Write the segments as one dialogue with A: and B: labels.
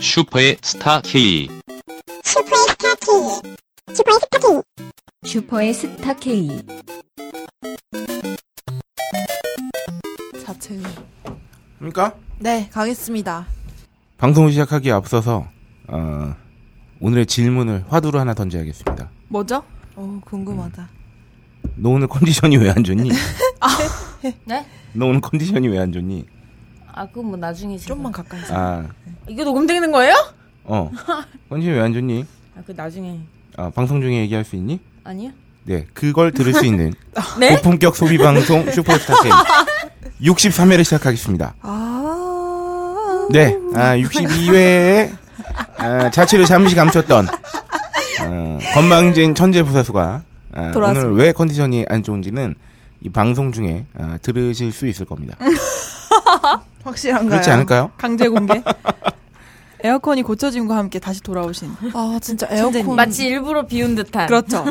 A: 슈퍼의 스타 K.
B: 슈퍼의 스타 K. 슈퍼의 스타 K.
C: 슈퍼의 스타 K.
D: 자체의
E: 그러니까
D: 네 가겠습니다
E: 방송을 시작하기에 앞서서 어, 오늘의 질문을 화두로 하나 던져야겠습니다.
D: 뭐죠? 어 궁금하다
F: 음.
E: 너 오늘 컨디션이 왜 안 좋니?
G: 네?
E: 너 오늘 컨디션이 왜 안 좋니?
G: 아 그건 뭐 나중에 제가.
D: 좀만 가까이서
E: 아,
G: 이거 녹음되는 거예요?
E: 어. 컨디션이 왜 안 좋니?
G: 아 그 나중에
E: 아, 방송 중에 얘기할 수 있니?
G: 아니요?
E: 네, 그걸 들을 수 있는
G: 네?
E: 고품격 소비 방송 슈퍼스타 K 63회를 시작하겠습니다.
D: 아
E: 네, 아, 62회에 아, 자취를 잠시 감췄던 어, 건방진 천재 부사수가 아,
D: 돌아왔습니다.
E: 오늘 왜 컨디션이 안 좋은지는 이 방송 중에 아, 들으실 수 있을 겁니다.
D: 확실한가요?
E: 그렇지 않을까요?
D: 강제 공개
F: 에어컨이 고쳐짐과 함께 다시 돌아오신.
D: 아 진짜 에어컨
G: 마치 일부러 비운 듯한
D: 그렇죠
F: 어,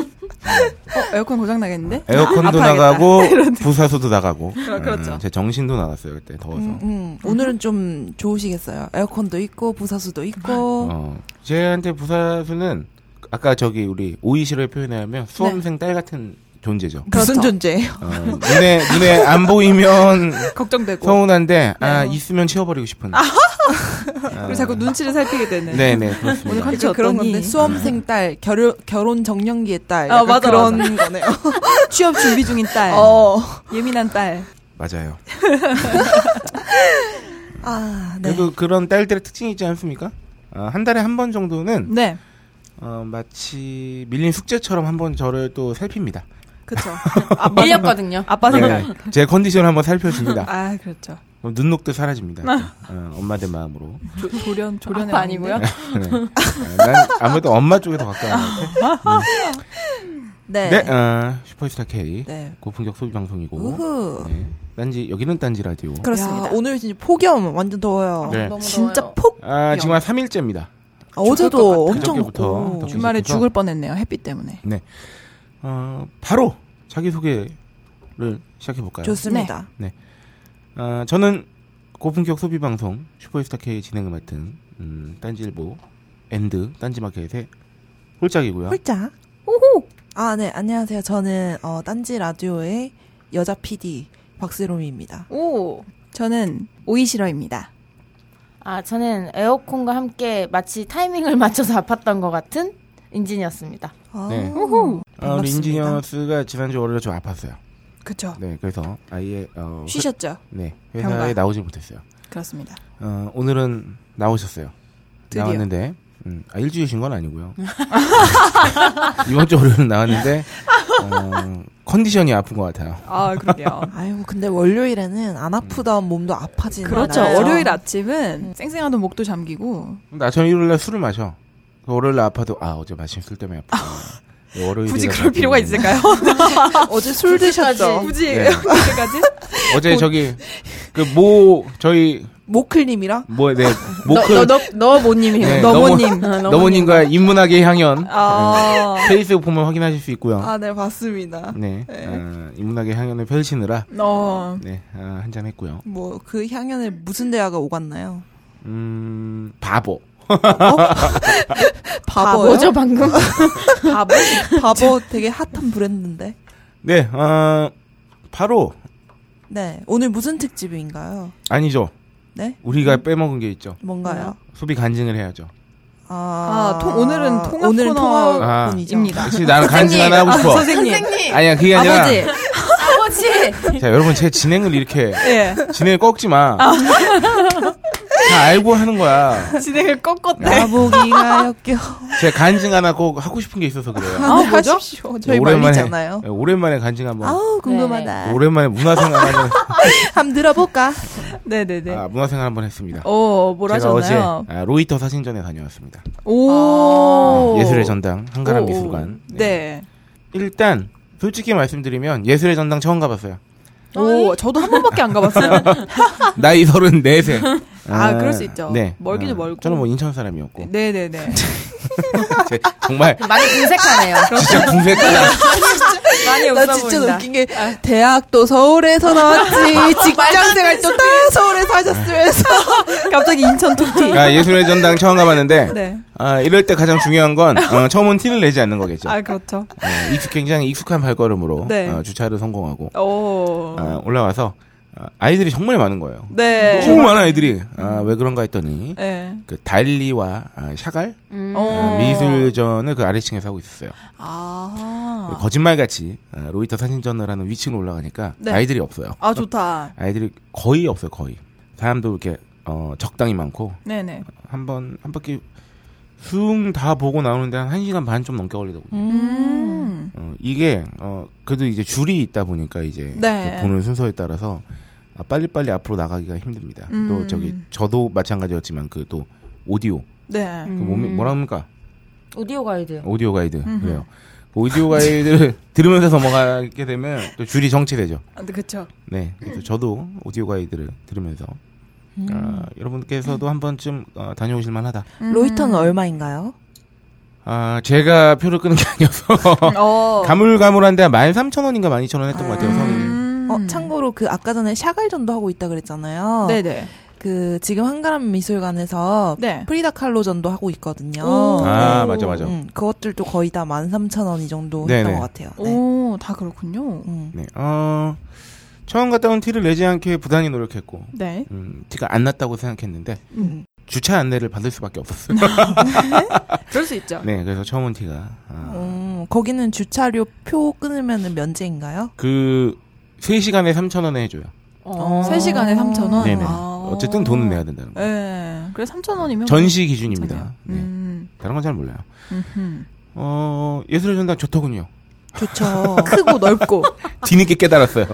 F: 에어컨 고장 나겠는데?
E: 에어컨도
F: 아파야겠다.
E: 나가고 부사수도 나가고
F: 그렇- 그렇죠.
E: 어, 제 정신도 나갔어요 그때 더워서.
D: 음, 음. 오늘은 좀 좋으시겠어요 에어컨도 있고 부사수도 있고
E: 어, 쟤한테 부사수는 아까 저기 우리 오이시를 표현하면 수험생 딸 같은 존재죠.
D: 그렇죠.
F: 무슨 존재예요?
E: 어, 눈에 눈에 안 보이면
F: 걱정되고.
E: 서운한데 아 있으면 치워버리고 싶은.
F: 그리고 자꾸 눈치를 살피게 되는.
E: 네네 그렇습니다.
F: 오늘 컨디션
D: 그러니까 그런
F: 그렇죠. 어떠니? 네.
D: 건데 수험생 딸 결혼 결혼 정년기의 딸
F: 아,
D: 약간
F: 맞아,
D: 그런 거네요
F: 취업 준비 중인 딸.
D: 어
F: 예민한 딸.
E: 맞아요.
D: 아, 네.
E: 그래도 그런 딸들의 특징이 있지 않습니까? 아, 한 달에 한 번 정도는
F: 네.
E: 어, 마치 밀린 숙제처럼 한 번 저를 또 살핍니다.
F: 그렇죠.
G: 아, 밀렸거든요
F: 아빠 생각.
E: 네, 제 컨디션을 한번 살펴줍니다.
F: 아, 그렇죠.
E: 그럼 눈 녹듯 사라집니다. 어, 엄마들 마음으로.
F: 조, 조련 조련의
G: 아빠 아니고요?
F: 마음인데.
E: 네. 아, 난 아무래도 엄마 쪽에 더 가까운 것 같아.
D: 네.
E: 네, 어, 슈퍼스타 K
D: 네.
E: 고품격 소비 방송이고.
D: 우후.
E: 네. 딴지 여기는 딴지 라디오.
D: 그렇습니다. 오늘 진짜 폭염 완전 더워요.
E: 네.
G: 너무
F: 진짜
G: 더워요.
F: 폭.
E: 아 지금 한 3일째입니다.
D: 아, 어제도 엄청
E: 그저께부터
D: 덥고.
E: 덥기
F: 주말에
E: 시작해서.
F: 죽을 뻔했네요. 햇빛 때문에.
E: 어, 바로 자기 소개를 시작해
F: 네.
E: 볼까요?
D: 좋습니다.
E: 아, 저는 고품격 소비 방송 슈퍼스타 K 진행을 맡은 음, 딴지일보 앤드 딴지마켓의 홀짝이고요.
F: 네,
D: 홀짝. 오호. 아, 네. 안녕하세요. 저는 어, 딴지 라디오의 여자 PD 박세롬입니다.
G: 오!
F: 저는 오이시러입니다.
G: 아 저는 에어컨과 함께 마치 타이밍을 맞춰서 아팠던 것 같은 인진이었습니다
D: 아,
E: 네.
D: 오호.
E: 아, 우리 인지니어스가 지난주 월요일에 좀 아팠어요.
F: 그렇죠.
E: 네, 그래서 아예 어, 회,
F: 쉬셨죠?
E: 네 회사에
F: 병가.
E: 나오지 못했어요.
F: 그렇습니다.
E: 어, 오늘은 나오셨어요.
F: 드디어.
E: 나왔는데 음, 아, 일주일 쉰 건 아니고요. 이번 주 월요일은 나왔는데 어, 컨디션이 아픈 것 같아요.
F: 아, 그러게요.
D: 아유, 근데 월요일에는 안 아프던 몸도 아파지는
F: 그렇죠.
D: 않아요. 네.
F: 월요일 아침은 쌩쌩하던 목도 잠기고
E: 나전 일요일날 술을 마셔. 그 월요일날 아파도 아 어제 마신 술 때문에 아프다. 월요일
F: 굳이 그럴 필요가 있을까요?
D: 어제 술 드셨죠?
F: 굳이
E: 네.
F: 그때까지? 뭐-
E: 어제 저기 그 모 저희
D: 모클님이랑
E: 뭐네
G: 너,
E: 모클
G: 너, 너 모님이
E: 네,
F: 너모님.
E: 너모님과 인문학의 향연 네.
F: 아,
E: 페이스북 보면 확인하실 수 있고요.
D: 아, 네, 봤습니다.
E: 네, 아, 인문학의 향연을 펼치느라
F: 어.
E: 네 아, 한잔 했고요.
D: 뭐 그 향연에 무슨 대화가 오갔나요?
E: 음 바보.
D: 바보요?
G: 뭐죠 방금?
D: 바보? 바보 되게 핫한 브랜드인데.
E: 네, 아, 바로
D: 네. 오늘 무슨 특집인가요?
E: 아니죠.
D: 네?
F: 음.
E: 우리가 빼먹은 게 있죠.
D: 뭔가요?
E: 소비 간증을 해야죠.
D: 아,
F: 아, 통- 오늘은 통합
D: 오늘은
F: 코너-
D: 통합분이죠.
F: 입니다.
E: 혹시 나는 간증 하나 하고 싶어.
F: 아, 선생님.
E: 아니야 그게 아니라
F: 아버지.
G: 아버지!
E: 자 여러분 제 진행을 이렇게
F: 예.
E: 진행을 꺾지 마.
F: 아.
E: 다 알고 하는 거야.
F: 진행을 꺾었대.
D: 아. 나보기가 역겨.
E: 제 간증 하나 꼭 하고 싶은 게 있어서 그래요.
D: 아, 뭐죠? 저희 말리잖아요.
F: 네.
E: 예, 오랜만에 간증 한번.
D: 아우, 궁금하다.
E: 오랜만에 문화생활 한번
D: 한번 들어볼까?
F: 네네네.
E: 아, 문화생활 한번 했습니다.
F: 어, 뭘
E: 제가 어제
F: 하셨나요?
E: 아, 로이터 사신전에 다녀왔습니다.
F: 오.
E: 아, 예술의 전당 한가람
F: 오, 오.
E: 미술관.
F: 네.
E: 일단 솔직히 말씀드리면 예술의 전당 처음 가봤어요.
F: 오, 저도 한 번밖에 안 가봤어요.
E: 나이 34세.
F: 아, 그럴 수 있죠. 멀기도
E: 아,
F: 멀고.
E: 저는 뭐 인천 사람이었고.
F: 네. 네네네.
E: 제- 정말
G: 많이 궁색하네요
E: 진짜 궁색하다.
F: 많이
D: 나
F: 웃어
D: 진짜
F: 보인다. 아.
D: 웃긴 게 대학도 서울에서 나왔지 직장생활도 다 서울에서 하셨으면서
F: 갑자기 인천
D: 아.
F: 통티.
E: 야, 예술의 전당 처음 가봤는데,
F: 네.
E: 아, 이럴 때 가장 중요한 건, 어, 처음 은 티를 내지 않는 거겠죠.
F: 아 그렇죠.
E: 어, 익숙, 굉장히 익숙한 발걸음으로
F: 네.
E: 어, 주차를 성공하고
F: 오.
E: 어, 올라와서 어, 아이들이 정말 많은 거예요.
F: 네. 음.
E: 정말 많아 아이들이. 아, 왜 그런가 했더니
F: 네.
E: 그 달리와 아, 샤갈
G: 음.
F: 어.
E: 미술전을 그 아래층에서 하고 있었어요.
F: 아.
E: 거짓말같이 아, 로이터 사진전을 하는 위층으로 올라가니까
F: 네.
E: 아이들이 없어요.
F: 아 좋다.
E: 아이들이 거의 없어요. 거의 사람도 이렇게 어, 적당히 많고
F: 네네.
E: 한 번 한 바퀴 숭 다 보고 나오는데 한 1시간 반 좀 넘게 걸리더군요.
F: 음.
E: 어, 이게 어, 그래도 이제 줄이 있다 보니까 이제
F: 네.
E: 그 보는 순서에 따라서 아, 빨리빨리 앞으로 나가기가 힘듭니다.
F: 음.
E: 또 저기 저도 마찬가지였지만 그 또 오디오
F: 네.
E: 그 몸이 뭐라 합니까
G: 오디오 가이드.
E: 오디오 가이드
F: 음흠.
E: 그래요. 그 오디오 가이드를 들으면서 넘어가게 되면 또 줄이 정체되죠.
F: 아, 네, 그쵸.
E: 네, 그래서 저도 오디오 가이드를 들으면서
F: 음.
D: 음.
E: 아, 여러분께서도 한 번쯤 어, 다녀오실 만하다.
D: 로이터는 얼마인가요?
E: 아, 제가 표를 끄는 게 아니어서 뭐
F: 어.
E: 가물가물한데 13,000원인가 12,000원 했던 것 같아요. 성인
F: 음.
D: 어 참고로 그 아까 전에 샤갈전도 하고 있다 그랬잖아요.
F: 네네.
D: 그 지금 한가람
E: 어,
D: 미술관에서
F: 네.
D: 프리다 칼로전도 하고 있거든요.
F: 오.
E: 아, 맞아, 맞아.
D: 음, 그것들도 거의 다 13,000원 이 정도 했던
E: 네네.
D: 것 같아요. 네.
F: 오, 다 그렇군요.
D: 음.
E: 네. 어, 처음 갔다 온 티를 내지 않게 부단히 노력했고,
F: 네.
E: 음, 티가 안 났다고 생각했는데,
F: 음.
E: 주차 안내를 받을 수밖에 없었어요.
F: 그럴 수 있죠.
E: 네, 그래서 처음 온 티가. 아,
D: 음, 거기는 주차료 표 끊으면 면제인가요?
E: 그, 3시간에 3,000원에 해줘요.
G: 어.
F: 세시간에 3,000원.
E: 네네.
F: 아.
E: 어쨌든 돈은 내야 된다는 거예요.
F: 네. 그래 3,000원이면
E: 전시 기준입니다. 네.
F: 음.
E: 다른 건 잘 몰라요.
F: 음흠.
E: 어, 예술의 전당 좋더군요.
D: 좋죠.
F: 크고 넓고.
E: 뒤늦게 깨달았어요.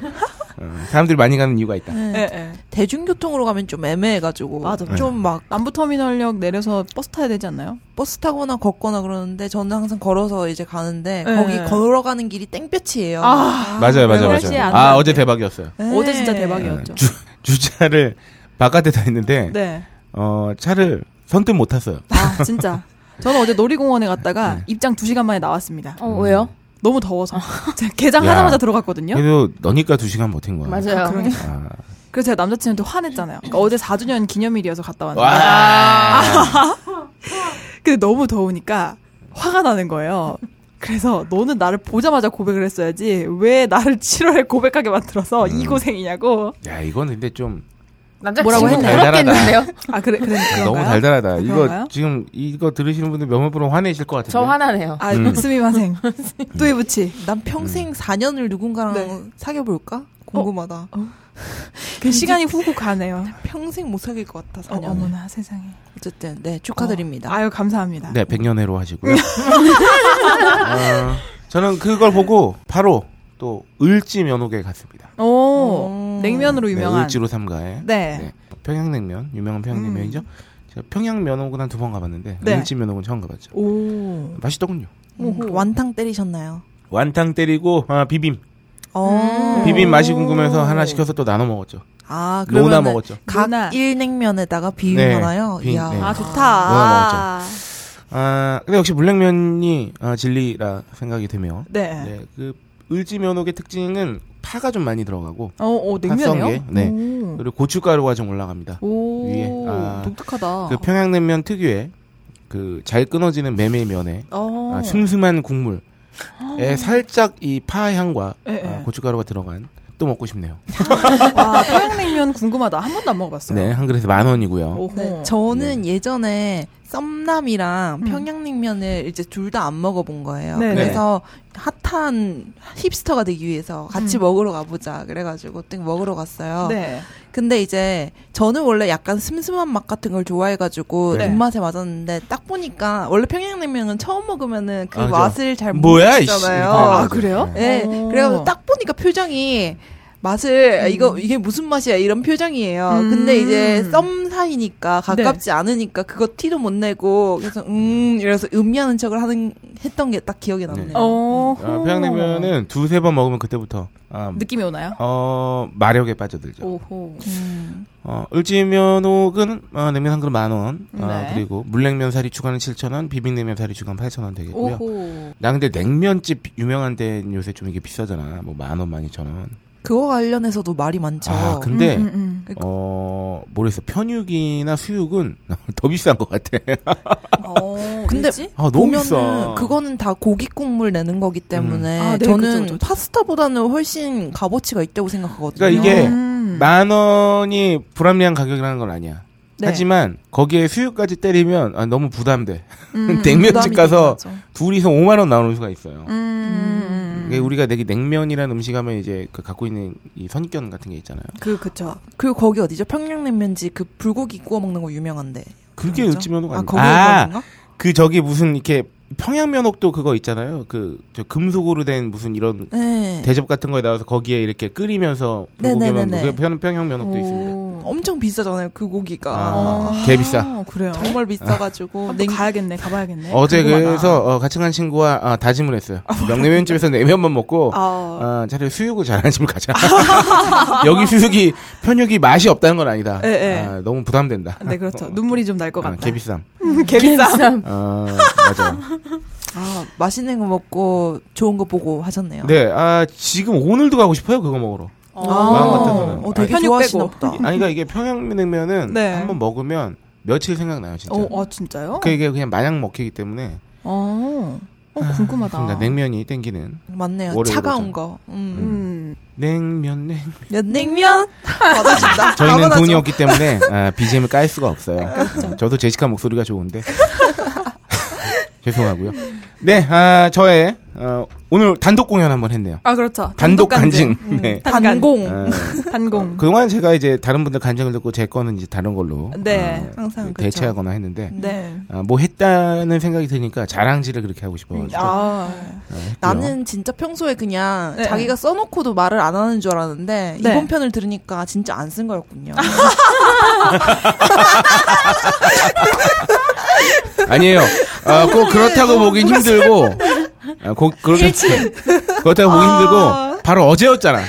E: 어, 사람들이 많이 가는 이유가 있다.
D: 네.
F: 예, 예.
D: 대중교통으로 가면 좀 애매해가지고
F: 맞아, 맞아.
D: 좀 막
F: 남부터미널역 내려서 버스 타야 되지 않나요?
D: 버스 타거나 걷거나 그러는데 저는 항상 걸어서 이제 가는데
F: 네.
D: 거기 걸어가는 길이 땡볕이에요.
F: 아.
E: 맞아요, 맞아요,
F: 그것이
E: 맞아요.
F: 안
E: 아,
F: 나왔네.
E: 어제 대박이었어요.
D: 네.
F: 어제 진짜 대박이었죠.
E: 주, 주차를 바깥에 다 했는데,
F: 네.
E: 어, 차를 선뜻 못 탔어요.
F: 아, 진짜. 저는 어제 놀이공원에 갔다가 입장 2시간 만에 나왔습니다.
G: 어, 왜요?
F: 너무 더워서. 제가 개장
E: 야. 네.
F: 하자마자 들어갔거든요.
E: 그래도 너니까 두 시간 버틴 거야.
G: 음. 맞아요.
F: 그러니까.
E: 아.
F: 그래서 제가 남자친구한테 화냈잖아요. 그러니까 어제 4주년 기념일이어서 갔다 왔는데. 근데 너무 더우니까 화가 나는 거예요. 그래서 너는 나를 보자마자 고백을 했어야지 왜 나를 7월에 고백하게 만들어서 이 고생이냐고.
E: 야, 이건 근데 좀
G: 남자
F: 뭐라고
G: 친구
E: 했나요?
G: 부럽겠는데요?
F: 아 그래 그래 그런가요?
E: 너무 달달하다.
F: 그런가요?
E: 이거 지금 이거 들으시는 분들 몇몇 분은 화내실 것 같은데.
G: 저 화나네요.
F: 아
E: 음.
F: 스미마생 또이부치
D: 난 평생 4년을 누군가랑
F: 네.
D: 사귀어볼까? 궁금하다.
F: 그 시간이 후고 가네요.
D: 평생 못 사귈 것 같아,
F: 어,
D: 4년. 어,
F: 어머나 세상에.
D: 쨌든네 축하드립니다.
F: 아유 감사합니다.
E: 네, 백년회로 하시고요. 어, 저는 그걸 보고 바로 또 을지 면옥에 갔습니다.
F: 오
D: 음.
F: 냉면으로 유명한.
E: 네, 을지로 삼가에.
F: 네. 음.
E: 네. 평양냉면 유명한 평양냉면이죠. 제가 평양 면옥은 한 두 번 가봤는데
F: 네.
E: 을지 면옥은 처음 가봤죠. 네.
F: 오.
E: 맛있더군요.
D: 음, 완탕 때리셨나요?
F: 음.
E: 완탕 때리고 아, 비빔
D: 어.
E: 비빔 맛이 궁금해서 하나 시켜서 또 나눠 먹었죠.
D: 아,
E: 노나
D: 그러면
E: 먹었죠.
D: 각
F: 누나.
D: 일냉면에다가 비빔
E: 네,
D: 하나요?
E: 비빔,
D: 이야.
E: 네.
F: 아
E: 뭐야,
F: 좋다.
E: 아, 근데 역시 물냉면이 아, 진리라 생각이 되며.
F: 네.
E: 네, 그 을지 면옥의 특징은 파가 좀 많이 들어가고
F: 어, 어 냉면이요?
E: 핫성게, 네.
F: 오.
E: 그리고 고춧가루가 좀 올라갑니다.
F: 오,
E: 위에, 아,
F: 독특하다.
E: 그 평양냉면 특유의 그 잘 끊어지는 메밀면에
F: 어. 아.
E: 아, 슴슴한 국물에 살짝 이 파향과
F: 예,
E: 아,
F: 예.
E: 고춧가루가 들어간 또 먹고 싶네요.
F: 와, 아, 평양냉면 궁금하다. 한 번도 안 먹어봤어요.
E: 네, 한 그릇에 만 원이고요.
F: 오호.
D: 네, 저는 예전에 썸남이랑
F: 음.
D: 평양냉면을 이제 둘 다 안 먹어본 거예요.
F: 네네.
D: 그래서 핫한 힙스터가 되기 위해서 같이
F: 음.
D: 먹으러 가보자 그래가지고 땡 먹으러 갔어요.
F: 네.
D: 근데 이제 저는 원래 약간 슴슴한 맛 같은 걸 좋아해가지고
E: 네.
D: 입맛에 맞았는데 딱 보니까 원래 평양냉면은 처음 먹으면은 그
E: 아, 그죠.
D: 맛을 잘
E: 뭐야, 네.
D: 모르잖아요.
E: 이씨.
F: 아, 그래요?
D: 예,
F: 오.
D: 그래가지고 딱 보니까 표정이 맛을 이거 이게 무슨 맛이야 이런 표정이에요.
F: 음. 네.
D: 근데 이제 썸 사이니까 가깝지 않으니까 그거 티도 못 내고 그래서 음 이래서 음미하는 척을 하는 했던 게 딱 기억에 남네요.
E: 네.
F: 어.
E: 아, 평양냉면은 두세 번 먹으면 그때부터 아,
F: 느낌이 오나요?
E: 어, 마력에 빠져들죠.
F: 오호.
D: 음.
E: 어, 을지면옥은 어, 냉면 한 그릇 만 원. 어,
F: 네.
E: 그리고 물냉면 사리 추가는 7천 원, 비빔냉면 사리 추가는 8천 원 되겠고요.
F: 오호.
E: 나 근데 냉면집 유명한 데는 요새 좀 이게 비싸잖아. 뭐 만 원, 만 이천 원.
D: 그거 관련해서도 말이 많죠.
E: 아, 근데
F: 음, 음, 음.
E: 어, 모르겠어. 편육이나 수육은 더 비싼 것 같아.
F: 어,
D: 근데
F: 왜지?
E: 아, 너무
D: 보면은
E: 비싸.
D: 그거는 다 고기 국물 내는 거기 때문에
F: 음. 아, 네,
D: 저는
F: 그죠, 그죠, 그죠.
D: 파스타보다는 훨씬 값어치가 있다고 생각하거든요.
E: 그러니까 이게
F: 음.
E: 만 원이 불합리한 가격이라는 건 아니야.
D: 네.
E: 하지만 거기에 수육까지 때리면 아, 너무 부담돼.
F: 음.
E: 냉면집
D: 부담이
E: 가서
D: 되긴 하죠.
E: 둘이서 5만 원 나오는 수가 있어요.
F: 음, 음,
E: 이게 우리가 되게 냉면이라는 음식 하면 이제 그 갖고 있는 이 선견 같은 게 있잖아요.
F: 그 그쵸.
D: 그리고 거기 어디죠? 평양냉면지 그 불고기 구워 먹는 거 유명한데.
E: 그게
D: 어디죠?
E: 을지면옥
D: 아,
E: 아닌가?
D: 거기 유명한가?
E: 그 저기 무슨 이렇게 평양면옥도 그거 있잖아요. 그 저 금속으로 된 무슨 이런
D: 네.
E: 대접 같은 거에 나와서 거기에 이렇게 끓이면서 불고기만
D: 네네네네.
E: 그 평- 평양면옥도 있습니다.
D: 엄청 비싸잖아요, 그 고기가.
E: 아, 개 비싸.
F: 아, 그래요.
D: 정말 비싸가지고.
F: 한번
D: 냉-
F: 가야겠네. 가봐야겠네. 뭐
E: 어제
F: 궁금하다.
E: 그래서 어, 같이 간 친구와 아, 다짐을 했어요. 명냉면집에서 냉면만 먹고
F: 아,
E: 아, 차라리 수육을 잘하는 집을 가자. 여기 수육이 편육이 맛이 없다는 건 아니다.
F: 예, 예.
E: 아, 너무 부담된다.
F: 네 그렇죠. 눈물이 좀 날 것
E: 아,
F: 같다.
E: 개비쌈.
F: 개비쌈.
E: 아, 맞아.
D: 아, 맛있는 거 먹고 좋은 거 보고 하셨네요. 아.
E: 네, 아 지금 오늘도 가고 싶어요 그거 먹으러.
F: 어.
E: 마음 같아서는.
D: 어, 되게
F: 편육
D: 좋아하시나
F: 빼고.
D: 보다.
E: 아니 그러니까 이게 평양냉면은
F: 네.
E: 한번 먹으면 며칠 생각나요 진짜.
F: 어, 아, 진짜요?
E: 그게 그냥 마냥 먹히기 때문에
F: 어, 어, 궁금하다.
E: 그러니까 냉면이 땡기는
D: 맞네요.
E: 월요일
D: 차가운
E: 오전.
D: 거.
F: 음.
D: 음.
E: 냉면 냉.
D: 몇 냉면? 받아준다.
E: 저희는
D: 받아줘.
E: 돈이 없기 때문에 아, BGM을 깔 수가 없어요. 저도 제시카 목소리가 좋은데 죄송하고요. 네, 아, 저의 어, 오늘 단독 공연 한번 했네요.
F: 아, 그렇죠.
E: 단독 간증. 네.
F: 단공.
E: 아,
F: 단공.
E: 그동안 제가 이제 다른 분들 간증을 듣고 제 거는 이제 다른 걸로
F: 네,
E: 어,
D: 항상 그렇죠.
E: 대체하거나 했는데
F: 네.
E: 아, 뭐 했다는 생각이 드니까 자랑질을 그렇게 하고 싶어가지고
F: 아,
E: 아, 했고요.
D: 나는 진짜 평소에 그냥
F: 네.
D: 자기가 써놓고도 말을 안 하는 줄 알았는데
F: 네.
D: 이번 편을 들으니까 진짜 안 쓴 거였군요.
E: 아니에요. 아, 꼭 그렇다고 보긴 힘들고 아, 고, 그렇게, 그렇다고 보긴 힘들고 바로 어제였잖아.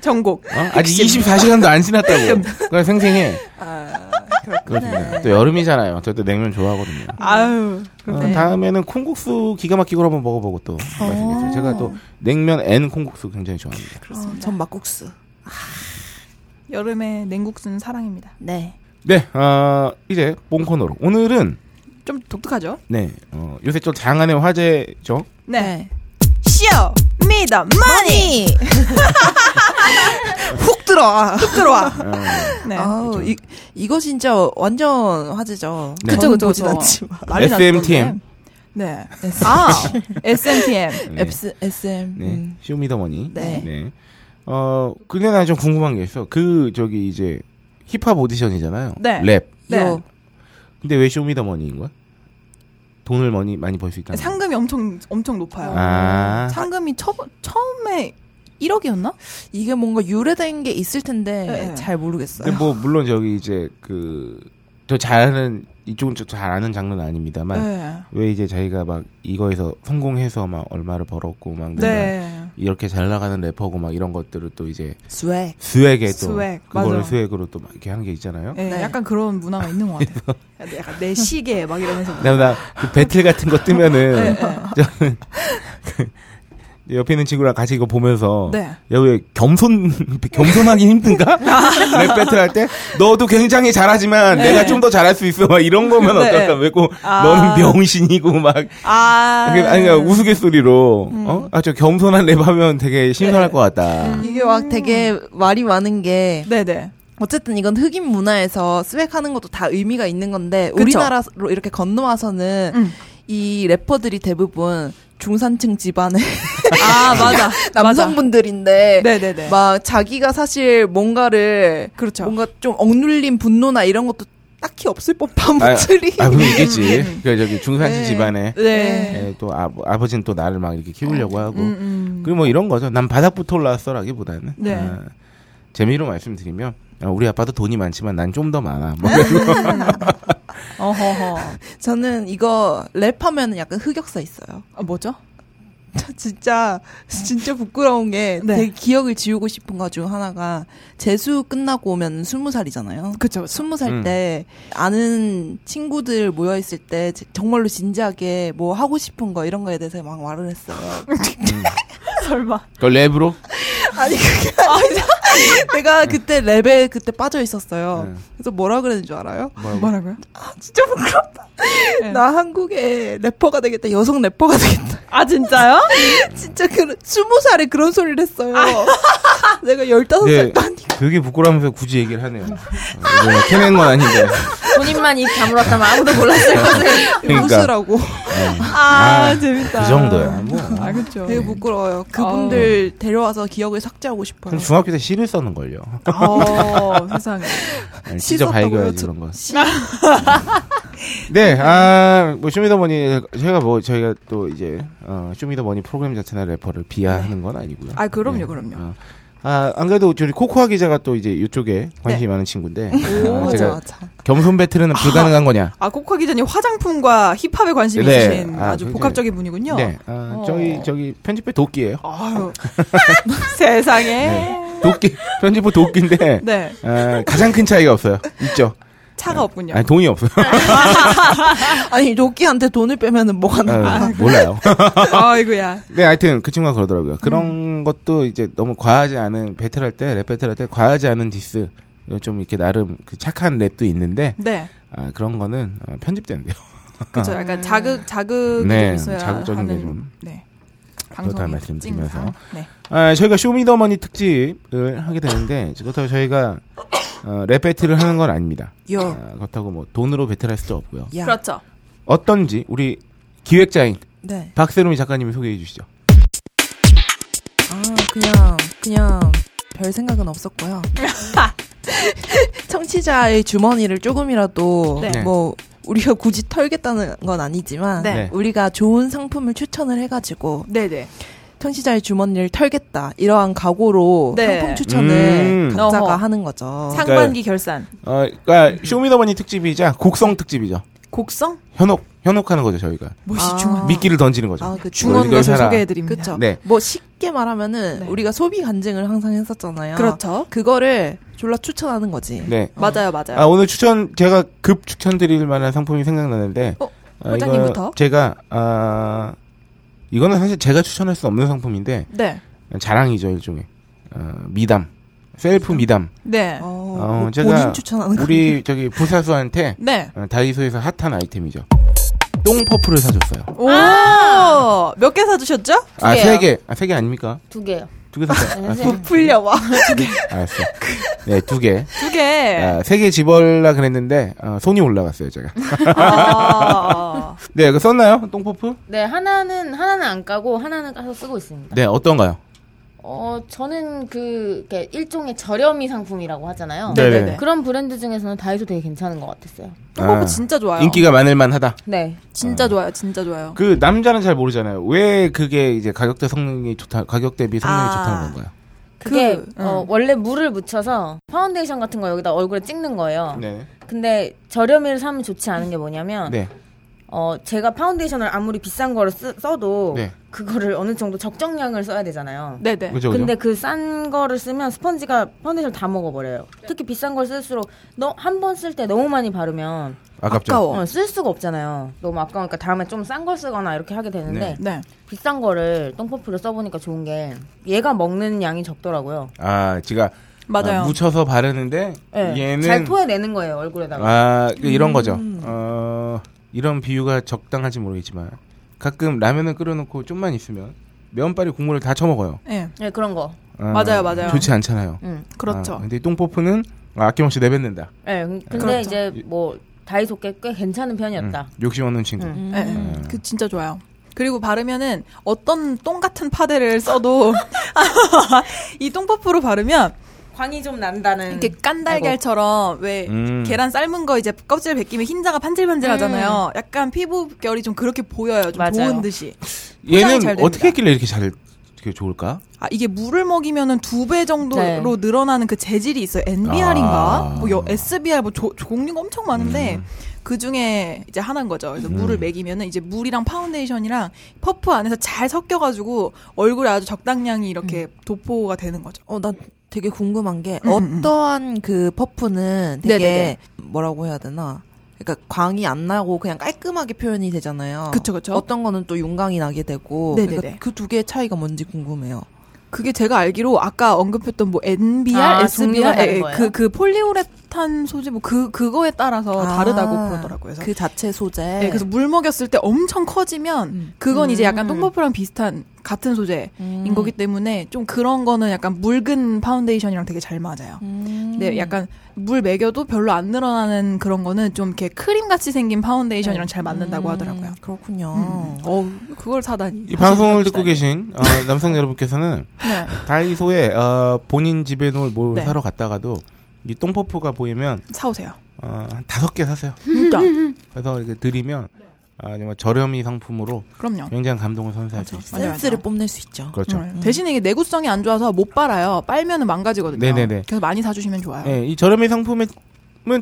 F: 전곡.
E: 어? 아직 24시간도 안
D: 네.
E: 지났다고. 그러니까 생생해.
F: 네,
E: 그렇습니다. 또 여름이잖아요. 저도 냉면 좋아하거든요.
F: 아유.
E: 어,
D: 네.
E: 다음에는 콩국수 기가 막히고 한번 먹어보고 또 말씀드릴게요. 제가 또 냉면 앤 콩국수 굉장히 좋아합니다.
D: 아, 전 막국수.
F: 여름에 냉국수는 사랑입니다.
D: 네.
E: 네, 어, 이제 본 코너로 오늘은
F: 좀 독특하죠?
E: 네 어, 요새 좀 장안의 화제죠.
F: 네. 쇼! 미더 머니!
D: 훅 들어와.
F: 쭉 들어와.
E: 어,
F: 네.
D: 아우, 이, 이거 진짜 완전 화제죠.
E: 네.
F: 그쵸, 그쵸,
D: 보진
F: 그쵸.
D: 않지만.
F: 난리
E: SMTM.
F: 났던데. 네. 아, SMTM.
E: 네,
D: 앱스- SM.
E: 네,
D: 음.
E: 쇼미더머니.
D: 네.
E: 어, 근데 나 좀 궁금한 게 있어. 그 저기 이제 힙합 오디션이잖아요.
F: 네.
E: 랩.
F: 네.
D: 요.
E: 근데 왜 쇼미더머니인 거야? 돈을 많이 많이 벌 수 있다는 거야?
F: 상금이 엄청, 엄청 네. 높아요.
E: 아.
F: 상금이 처, 처음에 1억이었나?
D: 이게 뭔가 유래된 게 있을 텐데
F: 네.
D: 잘 모르겠어요.
E: 근데 뭐 물론 저기 이제 그 저 잘하는 이쪽은 저 잘 아는 장르는 아닙니다만
F: 네.
E: 왜 이제 자기가 막 이거에서 성공해서 막 얼마를 벌었고 막 내가
F: 네.
E: 이렇게 잘 나가는 래퍼고 막 이런 것들을 또 이제
D: 스웩.
E: 스웩에 또
F: 스웩,
E: 그걸
F: 맞아.
E: 스웩으로 또 막 이렇게 한 게 있잖아요.
F: 네,
D: 네.
F: 약간 그런 문화가 있는 것 같아요. 약간 내 시계 막 이러면서.
E: 나나그 배틀 같은 거
F: 네.
E: 뜨면은 저는 그 옆에 있는 친구랑 같이 이거 보면서
F: 네.
E: 야왜 겸손 겸손하기 힘든가 랩 배틀 할 때 너도 굉장히 잘하지만
F: 네.
E: 내가 좀 더 잘할 수 있어 막 이런 거면
F: 네.
E: 어떨까 왜고
F: 아.
E: 너는 병신이고 막
F: 아.
D: 네.
F: 음.
E: 아니 그러니까 우스갯소리로 어? 아 저 겸손한 랩하면 되게 신선할
F: 네.
E: 것 같다
D: 이게 막 되게 말이 많은 게
F: 네네.
D: 어쨌든 이건 흑인 문화에서 스웩 하는 것도 다 의미가 있는 건데
F: 그쵸.
D: 우리나라로 이렇게 건너와서는
F: 음.
D: 이 래퍼들이 대부분 중산층 집안의
F: 아, 맞아.
D: 남성분들인데
F: 네네네.
D: 막 자기가 사실 뭔가를
F: 그렇죠.
D: 뭔가 좀 억눌린 분노나 이런 것도 딱히 없을 법한
E: 아,
D: 분들이
E: 아 그럼 이겠지 그 저기 중산층
D: 네.
E: 집안에
F: 네.
E: 예, 또 아, 아버지는 또 나를 막 이렇게 키우려고 하고
F: 음, 음.
E: 그리고 뭐 이런 거죠. 난 바닥부터 올라왔어라기보다는
F: 네.
E: 아, 재미로 말씀드리면 아, 우리 아빠도 돈이 많지만 난 좀 더 많아. 뭐
F: 네.
E: 이런 거.
F: 어허허.
D: 저는 이거 랩하면 약간 흑역사 있어요.
F: 아, 뭐죠?
D: 저 진짜 진짜 부끄러운 게
F: 네.
D: 되게 기억을 지우고 싶은 것 중 하나가 재수 끝나고 오면 스무 살이잖아요.
F: 그쵸, 그쵸.
D: 스무 살
E: 음.
D: 때 아는 친구들 모여 있을 때 제- 정말로 진지하게 뭐 하고 싶은 거 이런 거에 대해서 막 말을 했어요.
F: 설마.
E: 그걸 랩으로?
D: 아니 그게 아니라 내가 그때 랩에 그때 빠져 있었어요.
E: 네.
D: 그래서 뭐라 그랬는 줄 알아요?
E: 뭐라고?
F: 뭐라고요?
D: 진짜 부끄럽다.
F: 네.
D: 나 한국의 래퍼가 되겠다. 여성 래퍼가 되겠다.
F: 아, 진짜요?
D: 진짜 그 스무 살에 그런 소리를 했어요. 내가
F: 어,
D: 열다섯
E: 네,
D: 살도 아니고.
E: 되게 부끄러우면서 굳이 얘기를 하네요. 어, 이거는 캐낸 건 아닌데.
G: 본인만 입 다물었다면 아무도 몰랐을 거예요.
E: 그러니까.
D: 웃으라고.
F: 아,
E: 아,
F: 재밌다.
E: 그 정도야. 뭐.
F: 아, 그쵸.
D: 되게 부끄러워요.
F: 아.
D: 그분들 데려와서 기억을 삭제하고 싶어요.
E: 그럼 중학교 때 시를 써는 걸요.
F: 어, 세상에.
E: 진짜
D: 씻었다고요?
E: 발견하지
D: 저-
E: 그런 거. 네, 아, 뭐 쇼미더머니 저희가 뭐 저희가 또 이제 어, 쇼미더머니 프로그램 자체나 래퍼를 비하하는 건 아니고요.
F: 아, 그럼요,
E: 네.
F: 그럼요.
E: 어. 아, 안 그래도 저희 코코아 기자가 또 이제 이쪽에 관심이 많은 친구인데 아,
D: 맞아,
E: 제가
D: 맞아.
E: 겸손 배틀은 불가능한 거냐?
F: 아, 코카 기자님 화장품과 힙합에 관심이
E: 네.
F: 있으신
E: 아,
F: 아, 주
E: 굉장히-
F: 복합적인 분이군요.
E: 네, 아,
F: 어.
E: 저희 저기 편집부 도끼예요.
F: 아유. 세상에.
E: 네.
F: 네.
E: 도끼 편집부 도끼인데 아, 가장 큰 차이가 없어요. 있죠.
F: 차가 없군요.
E: 네. 아니 돈이 없어요.
D: 아니 로키한테 돈을 빼면은 뭐가 나?
E: 아, 몰라요.
F: 아이고야.
E: 네, 하여튼 그 친구가 그러더라고요. 그런 것도 이제 너무 과하지 않은 배틀할 때, 랩 배틀할 때 과하지 않은 디스. 좀 이렇게 나름 그 착한 랩도 있는데
F: 네.
E: 아, 그런 거는 어, 편집된대요.
F: 그쵸. 약간 자극, 자극이
E: 아. 네,
F: 좀 있어야
E: 자극적인 게
F: 하는,
E: 좀.
F: 네.
E: 그렇다는
F: 방송의
E: 말씀드리면서.
F: 특징상. 네.
E: 아, 저희가 쇼미더머니 특집을 하게 되는데 그렇다고 저희가 어, 랩 배틀을 하는 건 아닙니다.
D: 요,
E: 아, 그렇다고 뭐 돈으로 배틀할 수도 없고요.
D: 야,
F: 그렇죠.
E: 어떤지 우리 기획자인
D: 네.
E: 박세롬이 작가님이 소개해 주시죠.
D: 아 그냥 그냥 별 생각은 없었고요. 청취자의 주머니를 조금이라도
F: 네.
D: 뭐 우리가 굳이 털겠다는 건 아니지만
F: 네.
E: 네.
D: 우리가 좋은 상품을 추천을 해가지고
E: 어,
F: 네네.
D: 청취자의 주머니를 털겠다 이러한 각오로
F: 네.
D: 상품 추천을
E: 음.
D: 각자가
F: 어허. 하는
D: 하는 거죠.
E: 그러니까
F: 상반기 결산.
E: 어, 그러니까 쇼미더머니 특집이자 곡성 특집이죠.
F: 곡성?
E: 현혹 현혹하는 거죠 저희가.
F: 무시
D: 아.
F: 중한.
E: 미끼를 던지는 거죠.
D: 아, 그
E: 너
F: 중한
E: 이걸
F: 것을
E: 사라.
F: 소개해드립니다.
D: 그렇죠.
E: 네.
D: 뭐 쉽게 말하면은
F: 네.
D: 우리가 소비 간증을 항상 했었잖아요.
F: 그렇죠.
D: 그거를 졸라 추천하는 거지.
E: 네.
F: 맞아요, 맞아요.
E: 아 오늘 추천 제가 급 추천드릴 만한 상품이 생각나는데
F: 어,
E: 아,
F: 홀장님부터?
E: 이거 제가 아 이거는 사실 제가 추천할 수 없는 상품인데
F: 네.
E: 자랑이죠 일종의 어, 미담 셀프 미담
F: 네.
D: 어,
E: 어,
D: 뭐
E: 제가
D: 본인 추천하는 거.
E: 우리 저기 부사수한테
F: 네.
E: 어, 다이소에서 핫한 아이템이죠 똥 퍼프를 사줬어요
F: 오! 몇 개 사주셨죠?
E: 아
G: 개요.
E: 세 개 아 세 개 아닙니까
G: 두 개요.
E: 두 개 샀어요 아,
G: 안녕하세요.
F: 풀려와.
E: 알았어 네두개세개
F: 두 개.
E: 집어라 그랬는데 어, 손이 올라갔어요 제가
F: 아.
E: 네 이거 썼나요 똥 퍼프
G: 네, 하나는 하나는 안 까고 하나는 까서 쓰고 있습니다.
E: 네 어떤가요
G: 어, 저는 그 이렇게 일종의 저렴이 상품이라고 하잖아요.
E: 네.
F: 네네네.
G: 그런 브랜드 중에서는 다이소 되게 괜찮은 것 같았어요.
F: 똥버프
E: 아,
F: 진짜 좋아요.
E: 인기가 많을만하다.
G: 네.
F: 진짜 좋아요, 진짜 좋아요.
E: 그 남자는 잘 모르잖아요. 왜 그게 이제 가격대 성능이 좋다, 가격 대비 성능이
F: 아.
E: 좋다는 건가요?
G: 그게
F: 그,
G: 어,
F: 음.
G: 원래 물을 묻혀서 파운데이션 같은 거 여기다 얼굴에 찍는 거예요.
E: 네.
G: 근데 저렴이를 사면 좋지 않은 게 뭐냐면
E: 네.
G: 어, 제가 파운데이션을 아무리 비싼 거를 쓰- 써도
E: 네.
G: 그거를 어느 정도 적정량을 써야 되잖아요.
F: 네네.
E: 그죠, 그죠.
G: 근데 그 싼 거를 쓰면 스펀지가 파운데이션 다 먹어버려요. 특히 비싼 걸 쓸수록 너 한 번 쓸 때 너무 많이 바르면
E: 아깝죠.
F: 아까워.
G: 어, 쓸 수가 없잖아요. 너무 아까우니까 다음에 좀 싼 걸 쓰거나 이렇게 하게 되는데
F: 네.
G: 비싼 거를 똥퍼프를 써보니까 좋은 게 얘가 먹는 양이 적더라고요.
E: 아, 지가
F: 맞아요. 네.
E: 아, 묻혀서 바르는데
G: 예,
E: 얘는
G: 잘 토해내는 거예요 얼굴에다가.
E: 아, 그
F: 음.
E: 이런 거죠. 어, 이런 비유가 적당할지 모르겠지만 가끔 라면을 끓여놓고 좀만 있으면 면발이 국물을 다 처먹어요.
F: 예.
G: 네, 그런 거.
E: 아,
F: 맞아요, 맞아요.
E: 좋지 않잖아요.
G: 음.
F: 그렇죠.
E: 아, 근데 이 똥포프는 아낌없이 내뱉는다. 음,
G: 네, 근데
F: 그렇죠.
G: 이제 뭐 다이소 꽤, 꽤 괜찮은 편이었다.
E: 음, 욕심 없는 친구.
G: 음.
F: 예,
D: 네.
F: 예. 그 진짜 좋아요. 그리고 바르면은 어떤 똥 같은 파데를 써도 이 똥퍼프로 바르면
G: 광이 좀 난다는. 음.
F: 이렇게 깐달걀처럼 왜
E: 음.
F: 계란 삶은 거 이제 껍질 벗기면 흰자가 반질반질하잖아요. 약간 피부결이 좀 그렇게 보여요. 좀
G: 음. 맞아요.
F: 좋은 듯이. 포장이 잘
E: 얘는
F: 됩니다.
E: 어떻게 했길래 이렇게 잘, 이렇게 좋을까?
F: 아, 이게 물을 먹이면은 두 배 정도로
G: 네.
F: 늘어나는 그 재질이 있어요. NBR인가?
E: 아.
F: 뭐 여- SBR 뭐 조- 종류가 엄청 많은데 그 중에 이제 하나인 거죠. 그래서
E: 음.
F: 물을 먹이면은 이제 물이랑 파운데이션이랑 퍼프 안에서 잘 섞여가지고 얼굴에 아주 적당량이 이렇게 도포가 되는 거죠.
D: 어, 나 되게 궁금한 게
F: 음, 음, 음.
D: 어떠한 그 퍼프는 되게
F: 네네네.
D: 뭐라고 해야 되나? 그러니까 광이 안 나고 그냥 깔끔하게 표현이 되잖아요.
F: 그쵸, 그쵸.
D: 어떤 거는 또 윤광이 나게 되고
F: 네네네.
D: 그 두 개의 차이가 뭔지 궁금해요.
F: 그게 제가 알기로 아까 언급했던 뭐 NBR,
G: 아, 종류가
F: SBR
G: 다른
F: 예,
G: 거예요?
F: 그, 그 폴리우레탄 소재 뭐 그 그거에 따라서
D: 아,
F: 다르다고 그러더라고요. 그래서,
D: 그 자체 소재.
F: 예, 그래서 물 먹였을 때 엄청 커지면 그건 이제 약간 똥퍼프랑 비슷한 같은 소재인
D: 음.
F: 거기 때문에 좀 그런 거는 약간 묽은 파운데이션이랑 되게 잘 맞아요.
D: 음.
F: 네, 약간 물 먹여도 별로 안 늘어나는 그런 거는 좀 이렇게 크림 같이 생긴 파운데이션이랑 잘 맞는다고 하더라고요.
D: 음, 그렇군요.
F: 어, 그걸 사다니.
E: 이 방송을 듣고 계신 어, 남성 여러분께서는
F: 네.
E: 다이소에 어, 본인 집에 놓을 뭘
F: 네.
E: 사러 갔다가도 이 똥퍼프가 보이면
F: 사오세요.
E: 어, 한 다섯 개 사세요.
F: 진짜.
E: 그래서 이렇게 드리면 아, 정말 저렴이 상품으로
F: 그럼요.
E: 굉장한 감동을 선사할 수 있습니다.
D: 센스를
F: 맞아.
D: 뽐낼 수 있죠.
E: 예, 그렇죠.
F: 음, 대신에 이게 내구성이 안 좋아서 못 빨아요. 빨면은 망가지거든요.
E: 네네네.
F: 그래서 많이 사주시면 좋아요.
E: 예, 이 저렴이 상품은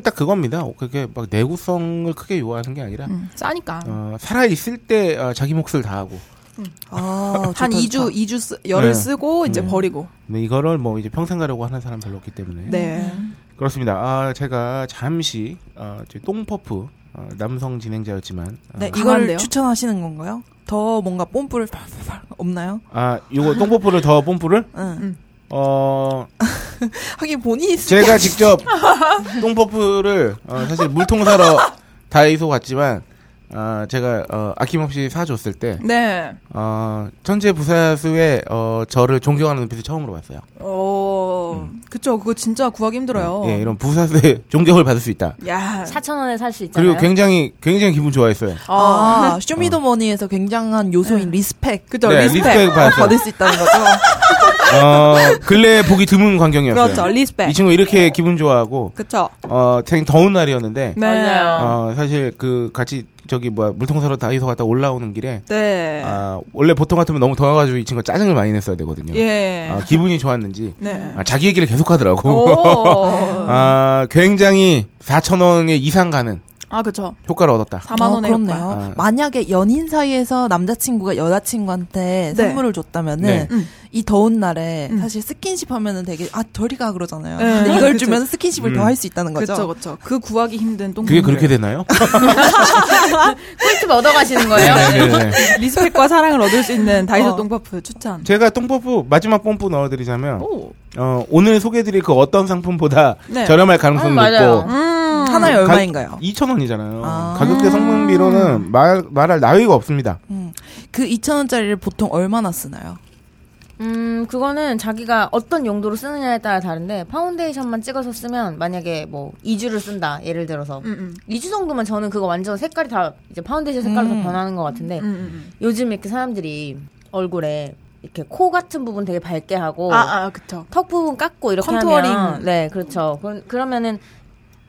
E: 딱 그겁니다. 그게 막 내구성을 크게 요구하는 게 아니라
F: 음, 싸니까.
E: 어, 살아 있을 때 어, 자기 몫을 다하고
D: 아,
F: 한
D: 좋다,
F: 2주,
D: 좋다.
F: 2주 열을
E: 네.
F: 쓰고 이제
E: 음.
F: 버리고.
E: 근데 이거를 뭐 이제 평생 가려고 하는 사람 별로 없기 때문에
F: 네.
E: 그렇습니다. 아 제가 잠시 어, 저 똥퍼프 어, 남성 진행자였지만 어,
D: 네,
F: 아, 강한데요?
D: 이걸 추천하시는 건가요? 더 뭔가 뽐뿌를 팔팔팔 없나요?
E: 아 요거 똥퍼프를 더 뽐뿌를
D: 응.
E: 어
D: 하긴 본인이 쓰
E: 제가 직접 똥퍼프를 어, 사실 물통 사러 다이소 갔지만 아 제가 어, 아낌없이 사줬을 때
F: 네.
E: 어, 천재 부사수의 어, 저를 존경하는 눈빛을 처음으로 봤어요.
F: 어, 그쵸. 그거 진짜 구하기 힘들어요.
E: 음. 예, 이런 부사수의 존경을 받을 수 있다.
F: 야.
G: 4천 원에 살 수 있잖아요.
E: 그리고 굉장히 굉장히 기분 좋아했어요.
F: 아.
D: 아, 쇼미더머니에서 굉장한 요소인 리스펙.
F: 그쵸.
E: 네,
F: 리스펙.
E: 리스펙 받았어요.
D: 받을 수 있다는 거죠.
E: 어, 근래 보기 드문 광경이었어요.
F: 그렇죠. 리스펙.
E: 이 친구 이렇게 기분 좋아하고
F: 그쵸.
E: 어, 되게 더운 날이었는데
F: 네.
G: 맞아요.
E: 어, 사실 그 같이 저기 뭐야 물통 사러 다이소 갔다 올라오는 길에
F: 네.
E: 아, 원래 보통 같으면 너무 더워가지고 이 친구 가 짜증을 많이 냈어야 되거든요.
F: 예.
E: 아, 기분이 좋았는지
F: 네.
E: 아, 자기 얘기를 계속하더라고.
F: 오.
E: 아, 굉장히 4천 원에 이상 가는
F: 아, 그쵸.
E: 효과를 얻었다.
F: 4만 원에
D: 아, 그렇네요.
E: 효과.
D: 만약에 연인 사이에서 남자친구가 여자친구한테
F: 네.
D: 선물을 줬다면은
E: 네.
F: 음.
D: 이 더운 날에
F: 음.
D: 사실 스킨십 하면은 되게 아 저리가 그러잖아요.
F: 네.
D: 근데 이걸
F: 그쵸.
D: 주면 스킨십을 더 할 수 있다는 거죠.
F: 그쵸, 그쵸. 그 구하기 힘든 똥.
E: 그게 그렇게 되나요?
G: 꿀팁 얻어가시는 거예요?
E: 네, 네, 네.
F: 리스펙과 사랑을 얻을 수 있는 다이소
D: 어.
F: 똥파프 추천.
E: 제가 똥뽀뽀 마지막 뽐뿌 넣어드리자면
F: 오.
E: 어, 오늘 소개해드릴 그 어떤 상품보다
F: 네.
E: 저렴할 가능성이
G: 아, 맞아요.
E: 높고
F: 음.
D: 하나에
E: 가-
D: 얼마인가요?
E: 2,000원이잖아요.
D: 아.
E: 가격대 성능비로는 말, 말할 나위가 없습니다.
D: 그 2,000원짜리를 보통 얼마나 쓰나요?
G: 음, 그거는 자기가 어떤 용도로 쓰느냐에 따라 다른데 파운데이션만 찍어서 쓰면 만약에 뭐 2주를 쓴다. 예를 들어서.
F: 음, 음.
G: 2주 정도면 저는 그거 완전 색깔이 다 이제 파운데이션 색깔로 다 변하는 것 같은데
F: 음, 음.
G: 요즘 이렇게 사람들이 얼굴에 이렇게 코 같은 부분 되게 밝게 하고
F: 아, 아, 그쵸.
G: 턱 부분 깎고 이렇게
D: 컨투어링.
G: 하면 네, 그렇죠. 그, 그러면은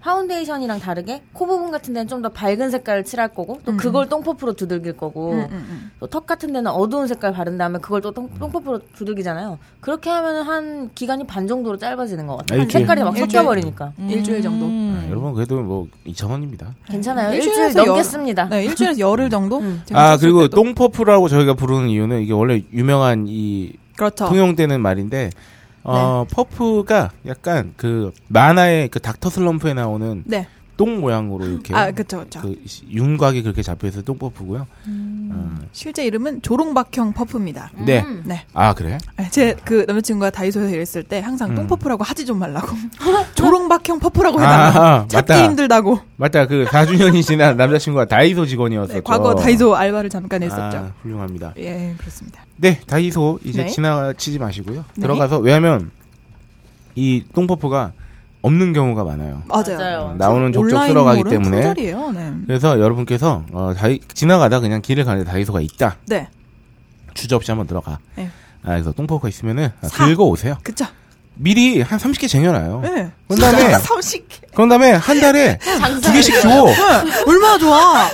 G: 파운데이션이랑 다르게 코 부분 같은 데는 좀 더 밝은 색깔을 칠할 거고 또 그걸 똥퍼프로 두들길 거고
F: 음, 음, 음.
G: 또 턱 같은 데는 어두운 색깔 바른 다음에 그걸 또 똥, 똥퍼프로 두들기잖아요. 그렇게 하면은 한 기간이 반 정도로 짧아지는 것 같아요.
E: 일주일.
G: 색깔이 막
F: 일주일.
G: 섞여버리니까.
F: 일주일 정도.
D: 음.
E: 아, 여러분 그래도 뭐 2,000원입니다.
G: 괜찮아요.
F: 일주일에서
G: 일주일 넘겠습니다.
F: 네, 일주일에서 열흘 정도? 제가
E: 음. 아
F: 썼을
E: 그리고
F: 때도.
E: 똥퍼프라고 저희가 부르는 이유는 이게 원래 유명한 이
F: 그렇죠.
E: 통용되는 말인데 어,
F: 네.
E: 퍼프가 약간 그 만화의 그 닥터 슬럼프에 나오는
F: 네.
E: 똥 모양으로 이렇게
F: 아, 그쵸, 그쵸.
E: 그 윤곽이 그렇게 잡혀있어 똥퍼프고요.
F: 실제 이름은 조롱박형 퍼프입니다.
E: 어, 네.
G: 음.
F: 네.
E: 아 그래?
F: 제 그 남자친구가 다이소에서 일했을 때 항상
E: 음.
F: 똥퍼프라고 하지 좀 말라고. 조롱박형 퍼프라고 해달라고.
E: 아,
F: 찾기
E: 맞다.
F: 힘들다고.
E: 맞다. 그 4주년이 지난 남자친구가 다이소 직원이었었죠.
F: 네, 과거 다이소 알바를 잠깐 했었죠.
E: 그렇죠. 아, 훌륭합니다.
F: 예, 그렇습니다.
E: 네, 다이소 이제
F: 네.
E: 지나치지 마시고요.
F: 네.
E: 들어가서 왜냐면 이 똥퍼프가 없는 경우가 많아요.
F: 맞아요.
E: 어,
G: 맞아요.
E: 나오는 족족
F: 온라인
E: 쓸어가기
F: 몰은
E: 때문에
F: 품절이에요. 네.
E: 그래서 여러분께서 어, 다이, 지나가다 그냥 길을 가는데 다이소가 있다.
F: 네.
E: 주저 없이 한번 들어가.
F: 네.
E: 아, 그래서 똥퍼프가 있으면은 아,
F: 사.
E: 들고 오세요.
F: 그쵸.
E: 미리 한 30개 쟁여놔요.
F: 네.
E: 그런 다음에
F: 30개.
E: 그런 다음에 한 달에 두 개씩 줘.
F: 얼마나 좋아.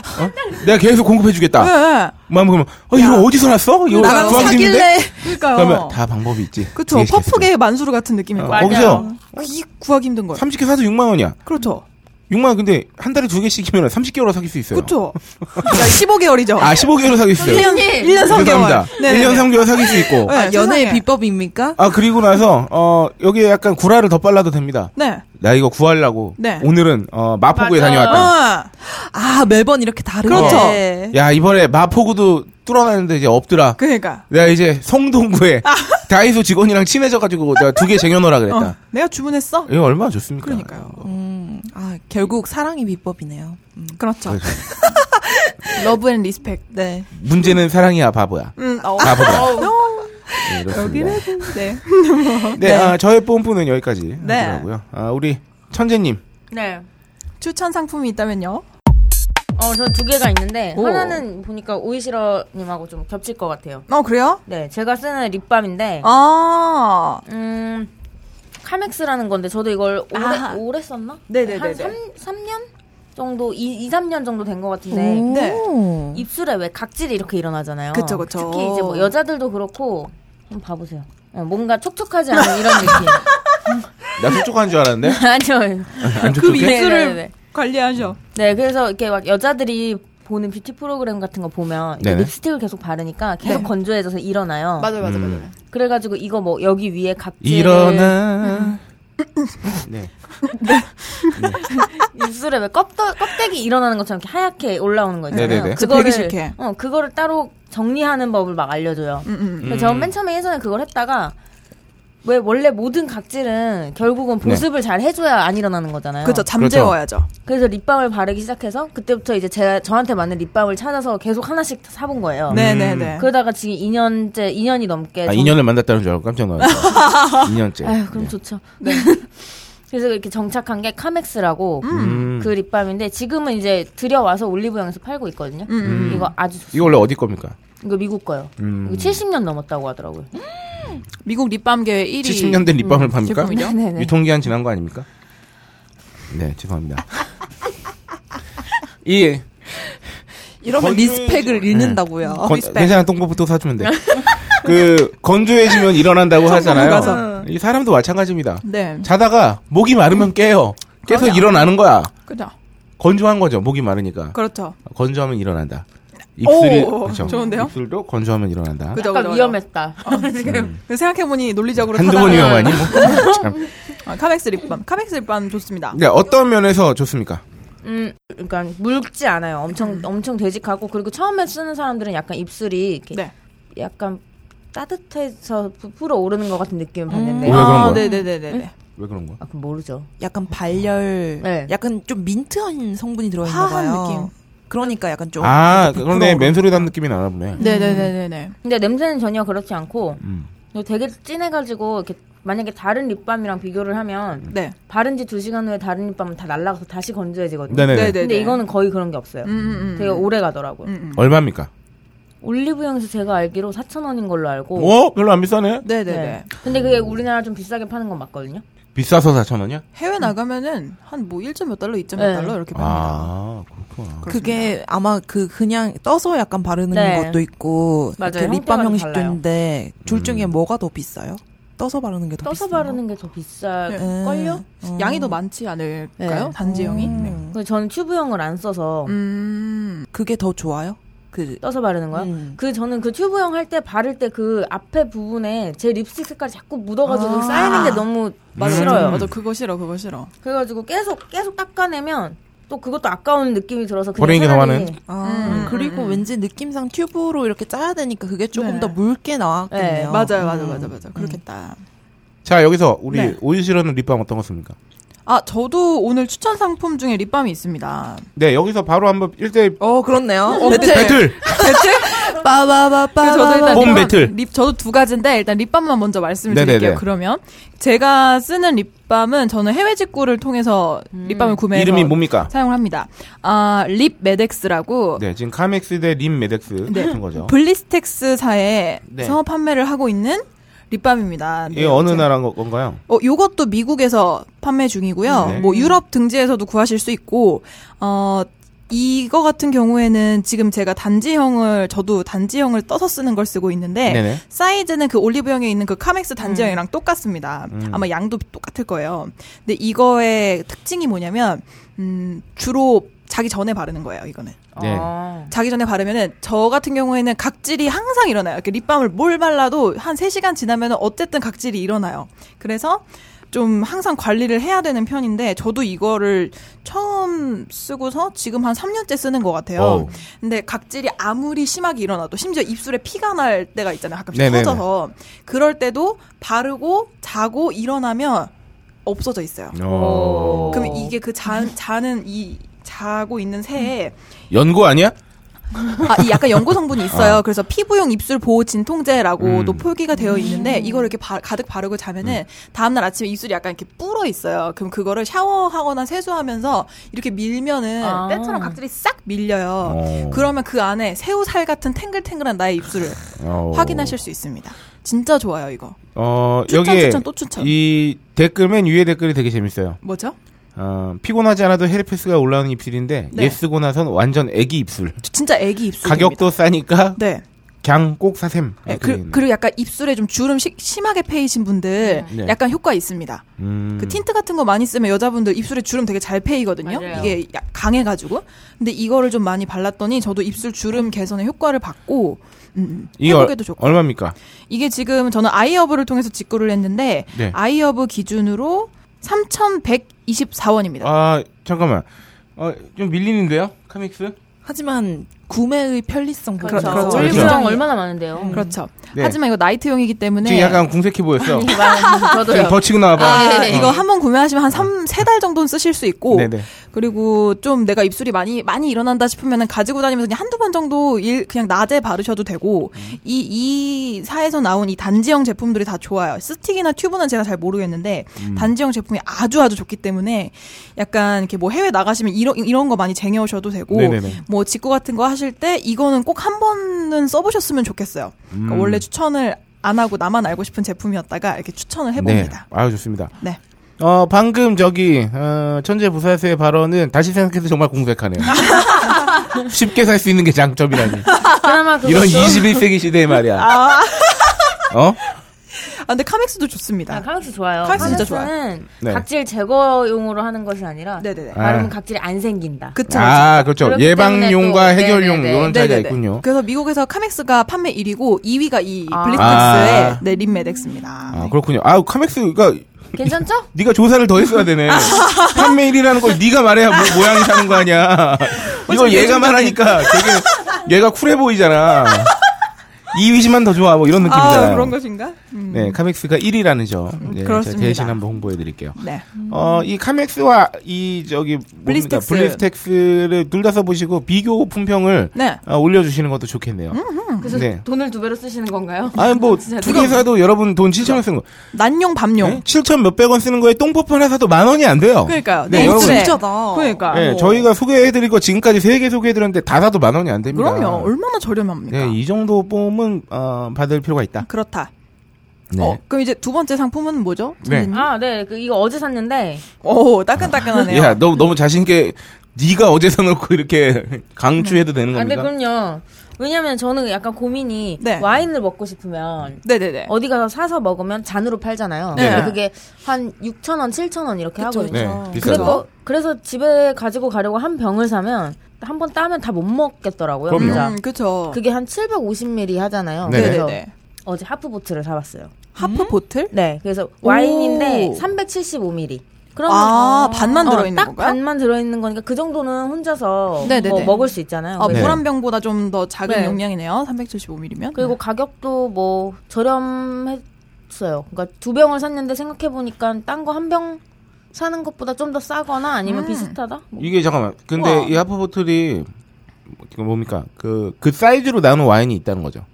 E: 내가 계속 공급해주겠다.
F: 네.
E: 마음 그러면 어 이거 어디서 났어? 이거
F: 나랑
E: 주황진인데?
F: 그러니까요.
E: 그러면 다 방법이 있지.
F: 그렇죠.
E: 지혜씨
F: 퍼프계 만수르 같은
E: 어,
F: 느낌인 거예요.
E: 거기서
F: 이 구하기 힘든 거예요.
E: 30개 사도 6만 원이야.
F: 그렇죠.
E: 6만 원 근데 한 달에 두 개씩이면 30개월로 사귈 수 있어요.
F: 그렇죠. 그러니까 15개월이죠.
E: 아 15개월로 사귈 수 있어요.
F: 1년 3개월.
E: 죄송합니다. 1년 3개월 사귈 수 있고.
F: 네,
D: 아, 연애의
F: 세상에.
D: 비법입니까?
E: 아 그리고 나서 어 여기에 약간 구라를 더 빨라도 됩니다.
F: 네.
E: 나 이거 구하려고
F: 네.
E: 오늘은 어, 마포구에
G: 맞아.
E: 다녀왔다. 어.
F: 아,
D: 아 매번 이렇게 네. 다르게.
F: 그렇죠.
E: 야 이번에 마포구도 뚫어놨는데 이제 없더라.
F: 그러니까. 아.
E: 내가 이제 성동구에 다이소 직원이랑 친해져가지고 내가 두 개 쟁여놓으라
F: 어,
E: 그랬다.
F: 내가 주문했어?
E: 이거 얼마나 좋습니까? 어.
F: 그러니까요.
D: 음, 아 결국 사랑이 비법이네요. 음.
F: 그렇죠.
E: 그래서
F: 러브 앤 리스펙.
D: 네.
E: 문제는 사랑이야 바보야.
F: 음, 어.
E: 바보다.
F: 어,
E: 네, 그렇습니다.
F: 여기는 네.
E: 네, 아, 저의 뽐뿌는 여기까지
F: 네.
E: 하더라고요. 아, 우리 천재님
G: 네.
F: 추천 상품이 있다면요?
G: 어, 전 두 개가 있는데
F: 오.
G: 하나는 보니까 오이시러님하고 좀 겹칠 것 같아요.
F: 어, 그래요?
G: 네, 제가 쓰는 립밤인데
F: 어. 아.
G: 음 카맥스라는 건데 저도 이걸 오래
F: 아하.
G: 오래 썼나?
F: 네네네네.
G: 한 3, 삼년 정도 2, 2, 3년 정도 된 것 같은데
F: 네.
D: 오.
G: 입술에 왜 각질이 이렇게 일어나잖아요.
F: 그쵸, 그쵸.
G: 특히 이제 뭐 여자들도 그렇고 한번 봐보세요. 어, 뭔가 촉촉하지 않은 이런 느낌.
E: 나 촉촉한 줄 알았는데
F: 네.
G: 아니요. 네,
E: 안
F: 그
E: 촉촉해?
G: 입술을
F: 관리하셔.
G: 네, 그래서 이렇게 막 여자들이 보는 뷰티 프로그램 같은 거 보면 이렇게
E: 네네.
G: 립스틱을 계속 바르니까 계속
F: 네.
G: 건조해져서 일어나요.
F: 맞아요, 맞아요,
E: 음.
F: 맞아요.
G: 그래가지고 이거 뭐 여기 위에 각질
E: 일어나. 네.
G: 입술에 왜 껍데, 껍데기 일어나는 것처럼 이렇게 하얗게 올라오는 거 있잖아요.
E: 네네네.
F: 그거 되게 싫게.
G: 어, 그거를 따로 정리하는 법을 막 알려줘요.
F: 음, 음.
G: 그래서 저는 맨 처음에 예전에 그걸 했다가 왜 원래 모든 각질은
E: 네.
G: 결국은 보습을 잘 해줘야 안 일어나는 거잖아요.
F: 그렇죠. 잠재워야죠.
G: 그래서 립밤을 바르기 시작해서 그때부터 이제 제 저한테 맞는 립밤을 찾아서 계속 하나씩 사본 거예요.
F: 네,
E: 음.
F: 네, 네.
G: 그러다가 지금 2년째, 2년이 넘게.
E: 아,
G: 정-
E: 2년을 네. 만났다는 줄 알고 깜짝 놀랐어요. 예. 2년째.
G: 아유, 그럼 좋죠. 그래서 이렇게 정착한 게 카맥스라고
E: 음.
G: 그 립밤인데 지금은 이제 들여와서 올리브영에서 팔고 있거든요.
E: 음.
G: 이거 아주 좋습니다.
E: 이거 원래 어디 겁니까?
G: 이거 미국 거요.
E: 음.
G: 이거 70년 넘었다고 하더라고요.
F: 미국 립밤계 1위.
E: 70년
F: 음,
E: 된 립밤을 팝니까?
F: 제품이죠?
G: 네네.
E: 유통기한 지난 거 아닙니까? 네, 죄송합니다. 이
D: 이러면
E: 건조해-
D: 리스펙을 잃는다고요.
E: 네. 건,
F: 리스펙.
E: 괜찮아 똥보부터 사주면 돼. 그 건조해지면 일어난다고 하잖아요.
F: 가서.
E: 이 사람도 마찬가지입니다.
F: 네.
E: 자다가 목이 마르면 깨요. 깨서
F: 그럼요.
E: 일어나는 거야.
F: 그죠.
E: 건조한 거죠. 목이 마르니까.
F: 그렇죠.
E: 건조하면 일어난다. 입술이
F: 오,
E: 그렇죠.
F: 좋은데요?
E: 입술도 건조하면 일어난다.
F: 그죠,
G: 약간
F: 그죠, 그죠.
G: 위험했다.
F: 어.
G: 네.
F: 음. 생각해보니 논리적으로
E: 한두 번
F: 타당한-
E: 위험하니? 뭐. 참.
F: 아, 카맥스 립밤. 카맥스 립밤 좋습니다.
E: 네, 어떤 면에서 좋습니까?
G: 음, 그러니까 묽지 않아요. 엄청 엄청 되직하고 그리고 처음에 쓰는 사람들은 약간 입술이 이렇게
F: 네.
G: 약간 따뜻해서 부풀어 오르는 것 같은 느낌을 받는데.
E: 왜 그런 거야?
F: 아, 네네네네.
E: 왜 그런 거야?
G: 아, 그럼 모르죠.
D: 약간 발열,
G: 네.
D: 약간 좀 민트한 성분이 들어가 있나
F: 화한
D: 봐요.
F: 느낌.
D: 그러니까 약간 좀.
E: 아, 그런데
D: 부끄러워.
E: 맨소리 담 느낌이 나나
G: 음.
F: 음.
E: 보네.
F: 네네네네네.
G: 근데 냄새는 전혀 그렇지 않고
E: 음.
G: 근데 되게 진해가지고 이렇게 만약에 다른 립밤이랑 비교를 하면
F: 네.
G: 바른 지 두 시간 후에 다른 립밤은 다 날라가서 다시 건조해지거든요.
E: 네네네.
F: 네네.
G: 근데 이거는 거의 그런 게 없어요.
F: 음, 음, 음.
G: 되게 오래 가더라고요.
F: 음, 음.
E: 얼마입니까?
G: 올리브영에서 제가 알기로 4,000원인 걸로 알고.
E: 어? 별로 안 비싸네?
F: 네네네.
G: 네. 근데 그게 우리나라 좀 비싸게 파는 건 맞거든요.
E: 비싸서 4,000원이야?
F: 해외 나가면은 한뭐 1.몇 달러, 2.몇
G: 네.
F: 달러 이렇게 받는다.
E: 아, 그렇구나.
D: 그게 아마 그 그냥 떠서 약간 바르는
G: 네.
D: 것도 있고
G: 맞아요.
D: 이렇게 립밤
G: 형태가
D: 형식도
G: 달라요.
D: 있는데 둘 중에
E: 음.
D: 뭐가 더 비싸요? 떠서 바르는 게 더 네.
G: 떠서
D: 비싸요.
G: 바르는 게 더
F: 네.
G: 비쌀걸요?
F: 양이 더 많지 않을까요?
G: 네.
F: 단지형이? 네.
D: 음.
G: 그래서 저는 튜브형을 안 써서
F: 음.
D: 그게 더 좋아요? 그
G: 떠서 바르는 거요.
D: 음.
G: 그 저는 그 튜브형 할 때 바를 때 그 앞에 부분에 제 립스틱 색깔이 자꾸 묻어가지고 쌓이는 게 너무
F: 음.
G: 싫어요.
F: 아. 맞아, 그거 싫어, 그거 싫어.
G: 그래가지고 계속 계속 닦아내면 또 그것도 아까운 느낌이 들어서 그냥
E: 버리는 게더
G: 차라리
E: 많은?
D: 아,
F: 음,
D: 그리고
F: 음, 음.
D: 왠지 느낌상 튜브로 이렇게 짜야 되니까 그게 조금
F: 네.
D: 더 묽게 나왔겠네요.
G: 네,
F: 맞아요, 맞아요,
D: 음.
F: 맞아요, 맞아요. 그렇겠다.
E: 자, 여기서 우리
F: 네.
E: 오유시라는 립밤 어떤 거 씁니까?
F: 아, 저도 오늘 추천 상품 중에 립밤이 있습니다.
E: 네, 여기서 바로 한번 1대1
D: 어, 그렇네요.
E: 음.
F: 배틀.
E: 배틀!
F: 그 저도 일단
E: 홈
F: 립밤-
E: 배틀.
F: 립 저도 두 가지인데 일단 립밤만 먼저 말씀을
E: 네네네.
F: 드릴게요. 그러면 제가 쓰는 립밤은 저는 해외 직구를 통해서 립밤을 구매해서
E: 이름이 뭐- 뭡니까?
F: 사용을 합니다. 아, 립 메덱스라고
E: 네, 지금 카맥스 대 림메덱스
F: 네.
E: 같은 거죠.
F: 블리스텍스사에서
E: 네.
F: 판매를 하고 있는 립밤입니다.
E: 이게 어느 나라 건가요?
F: 어, 요것도 미국에서 판매 중이고요.
E: 네.
F: 뭐 유럽 등지에서도 구하실 수 있고 어 이거 같은 경우에는 지금 제가 단지형을 저도 단지형을 떠서 쓰는 걸 쓰고 있는데
E: 네네.
F: 사이즈는 그 올리브영에 있는 그 카맥스 단지형이랑 똑같습니다.
E: 음.
F: 아마 양도 똑같을 거예요. 근데 이거의 특징이 뭐냐면 음, 주로 자기 전에 바르는 거예요. 이거는
E: 네.
G: 아.
F: 자기 전에 바르면은 저 같은 경우에는 각질이 항상 일어나요. 이렇게 립밤을 뭘 발라도 한 3시간 지나면은 어쨌든 각질이 일어나요. 그래서 좀 항상 관리를 해야 되는 편인데 저도 이거를 처음 쓰고서 지금 한 3년째 쓰는 것 같아요.
E: 어우.
F: 근데 각질이 아무리 심하게 일어나도 심지어 입술에 피가 날 때가 있잖아요. 가끔씩
E: 네네네.
F: 터져서 그럴 때도 바르고 자고 일어나면 없어져 있어요.
E: 어.
F: 그러면 이게 그 자, 자는 이 자고 있는 새에
E: 연고 아니야?
F: 아, 이 약간 연고 성분이 있어요.
E: 아.
F: 그래서 피부용 입술 보호 진통제라고도
E: 음.
F: 표기가 되어 있는데 이걸 이렇게 바- 가득 바르고 자면은 다음 날 아침에 입술이 약간 이렇게 불어 있어요. 그럼 그거를 샤워하거나 세수하면서 이렇게 밀면은
G: 아.
F: 때처럼 각질이 싹 밀려요.
E: 어.
F: 그러면 그 안에 새우살 같은 탱글탱글한 나의 입술을
E: 어.
F: 확인하실 수 있습니다. 진짜 좋아요, 이거.
E: 어,
F: 추천,
E: 여기에
F: 추천, 또 추천.
E: 이 댓글 맨 위에 댓글이 되게 재밌어요.
F: 뭐죠?
E: 어, 피곤하지 않아도 헬페스가 올라오는 입술인데
F: 네.
E: 얘 쓰고 나선 완전 애기 입술.
F: 진짜 애기 입술.
E: 가격도 싸니까
F: 네.
E: 그냥 꼭 사셈.
F: 네,
E: 이렇게 돼
F: 그,
E: 있네.
F: 그리고 약간 입술에 좀 주름 시- 심하게 패이신 분들
E: 네.
F: 약간 효과 있습니다.
E: 음.
F: 그 틴트 같은 거 많이 쓰면 여자분들 입술에 주름 되게 잘 패이거든요.
G: 맞아요.
F: 이게 약- 강해가지고. 근데 이거를 좀 많이 발랐더니 저도 입술 주름 개선에 효과를 받고 음,
E: 이게 얼-
F: 회복에도 좋고.
E: 얼마입니까?
F: 이게 지금 저는 아이허브를 통해서 직구를 했는데
E: 네.
F: 아이허브 기준으로 3,124원입니다.
E: 아 잠깐만. 어, 좀 밀리는데요? 카믹스?
D: 하지만 구매의 편리성 보죠.
F: 그렇죠. 그렇죠.
G: 올리브영
F: 그렇죠.
G: 얼마나 많은데요?
F: 그렇죠.
E: 네.
F: 하지만 이거 나이트용이기 때문에
E: 지금 약간 궁색해 보였어.
G: 많아요. 저도요.
E: 지금 버치고 나와봐.
F: 네. 아,
G: 네네.
F: 이거 한번 구매하시면 한 3, 세 달 정도는 쓰실 수 있고
E: 음. 네네.
F: 그리고 좀 내가 입술이 많이 많이 일어난다 싶으면은 가지고 다니면서 그냥 한두 번 정도 일 그냥 낮에 바르셔도 되고 이 이 사에서 나온 이 단지형 제품들이 다 좋아요. 스틱이나 튜브는 제가 잘 모르겠는데
E: 음.
F: 단지형 제품이 아주 아주 좋기 때문에 약간 이렇게 뭐 해외 나가시면 이런 이런 거 많이 쟁여 오셔도 되고
E: 네네네.
F: 뭐 직구 같은 거 하실 때 이거는 꼭 한 번은 써 보셨으면 좋겠어요. 그러니까
E: 음.
F: 원래 추천을 안 하고 나만 알고 싶은 제품이었다가 이렇게 추천을 해 봅니다.
E: 네. 아유 좋습니다.
F: 네.
E: 어 방금 저기 어, 천재 부사수의 발언은 다시 생각해도 정말 궁색하네요. 쉽게 살 수 있는 게 장점이라니.
G: 그나마 그것도
E: 이런
F: 그렇죠.
E: 21세기 시대에 말이야. 어?
F: 아 근데 카맥스도 좋습니다.
G: 아, 카맥스 좋아요.
F: 카맥스 진짜
G: 는
E: 네.
G: 각질 제거용으로 하는 것이 아니라
F: 네, 네, 네.
G: 바르면
E: 아.
G: 각질이 안 생긴다.
F: 그쵸.
E: 아 그렇죠.
G: 그렇기
E: 예방용과
G: 때문에 또-
E: 해결용
G: 네네네.
E: 이런 차이가
F: 네네네.
E: 있군요.
F: 그래서 미국에서 카맥스가 판매 1위고 2위가 이
G: 아.
F: 블리텍스의
E: 아.
F: 네, 립메덱스입니다. 네.
E: 아 그렇군요. 아 카맥스가
G: 괜찮죠?
E: 네가 조사를 더 했어야 되네. 판매일이라는 걸 네가 말해야 모, 양이 사는 거 아니야. 이걸 얘가 말하니까 되게 얘가 쿨해 보이잖아. 2위지만 더 좋아 뭐 이런 느낌이잖아요.
F: 그런 것인가? 음.
E: 네, 카맥스가 1위라는 점. 네, 제가
F: 그렇습니다.
E: 대신 한번 홍보해 드릴게요.
F: 네.
E: 어, 이 카맥스와 이 저기 뭡니까?
F: 블리스텍스.
E: 블리스텍스를 둘 다 써보시고 비교 품평을
F: 네. 음.
E: 어, 올려주시는 것도 좋겠네요.
G: 그래서
E: 네.
G: 돈을 두 배로 쓰시는 건가요?
E: 아니 뭐
G: 진짜
E: 두 개 사도 여러분 돈 7천 원 쓰는 거,
F: 난용 밤용.
E: 네? 7천 몇백 원 쓰는 거에 똥퍼프 하나 사도 만 원이 안 돼요.
F: 그러니까요.
E: 네, 여러분.
F: 입술에.
D: 진짜다.
F: 그러니까.
E: 네,
F: 뭐.
E: 저희가 소개해드릴 거 지금까지 세 개 소개해드렸는데 다 사도 만 원이 안 됩니다.
F: 그럼요. 얼마나 저렴합니까?
E: 네, 이 정도 뽐은 어, 받을 필요가 있다.
F: 그렇다.
E: 네.
F: 어, 그럼 이제 두 번째 상품은 뭐죠?
E: 네.
F: 선생님?
G: 아, 네. 그 이거 어제 샀는데 아,
F: 오, 따끈따끈하네요.
E: 야, 너 너무 자신 있게 네가 어제 사놓고 이렇게 강추해도 되는
F: 음.
G: 아, 네,
E: 겁니까?
G: 그럼요. 왜냐면 저는 약간 고민이
F: 네.
G: 와인을 먹고 싶으면
F: 네네네.
G: 어디 가서 사서 먹으면 잔으로 팔잖아요.
E: 네.
G: 근데 그게 한 6천 원, 7천 원 이렇게 하거든요.
E: 네, 비싸죠.
G: 그래서 그래서 집에 가지고 가려고 한 병을 사면 한 번 따면 다 못 먹겠더라고요.
E: 그럼요.
G: 진짜.
F: 음, 그쵸.
G: 그게 한 750ml 하잖아요.
E: 네.
G: 그래서
F: 네네네.
G: 어제 하프 보트를 사봤어요.
F: 하프 보틀?
G: 네, 그래서 와인인데
F: 오.
G: 375ml.
F: 아, 반만
G: 어,
F: 들어있는
G: 딱
F: 건가요?
G: 반만 들어있는 거니까 그 정도는 혼자서
F: 네네네.
G: 뭐 먹을 수 있잖아요.
F: 아,
E: 네.
F: 물 한 병보다 좀 더 작은
G: 네.
F: 용량이네요. 375ml면.
G: 그리고
E: 어, 네.
G: 가격도 뭐 저렴했어요. 그러니까 두 병을 샀는데 생각해 보니까 딴 거 한 병 사는 것보다 좀 더 싸거나 아니면
F: 음.
G: 비슷하다. 뭐.
E: 이게 잠깐만. 근데
F: 우와.
E: 이 하프 보틀이 그 뭡니까? 그, 그 사이즈로 나오는 와인이 있다는 거죠.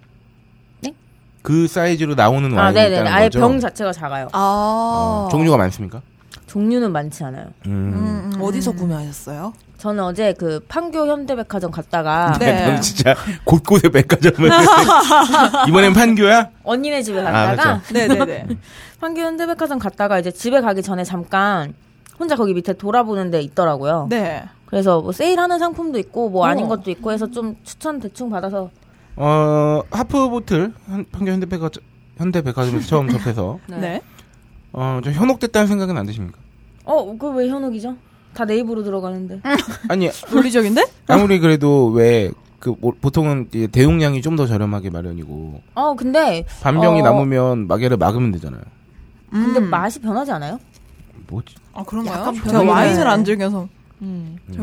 G: 네?
E: 그 사이즈로 나오는 와인이
G: 아, 네네.
E: 있다는
G: 아예
E: 거죠.
G: 병 자체가 작아요.
D: 아.
E: 어, 종류가 많습니까?
G: 종류는 많지 않아요.
E: 음.
F: 음, 음.
D: 어디서 구매하셨어요?
G: 저는 어제 그 판교 현대백화점 갔다가
F: 네.
E: 넌 그러니까 진짜 곳곳에 백화점을 이번엔 판교야?
G: 언니네 집에
E: 아,
G: 갔다가
E: 그렇죠.
F: 네네네.
G: 판교 현대백화점 갔다가 이제 집에 가기 전에 잠깐 혼자 거기 밑에 돌아보는 데 있더라고요.
F: 네.
G: 그래서 뭐 세일하는 상품도 있고 뭐 아닌 것도 있고 해서 좀 추천 대충 받아서
E: 어, 하프 보틀, 한- 판교 현대백화, 현대백화점에서 처음 접해서,
F: 네.
E: 어, 좀 현혹됐다는 생각은 안 드십니까?
G: 어 그 왜 현욱이죠? 다 네이버로 들어가는데
E: 아니,
F: 논리적인데?
E: 아무리 그래도 왜, 그, 뭐- 보통은 이제 대용량이 좀 더 저렴하게 마련이고,
G: 어 근데
E: 반병이
G: 어.
E: 남으면 마개를 막으면 되잖아요.
G: 근데
F: 음.
G: 맛이 변하지 않아요?
E: 뭐지?
F: 아 그런가요?
D: 약간
F: 제가
D: 별로네.
F: 와인을 안 즐겨서
D: 음.
F: 잘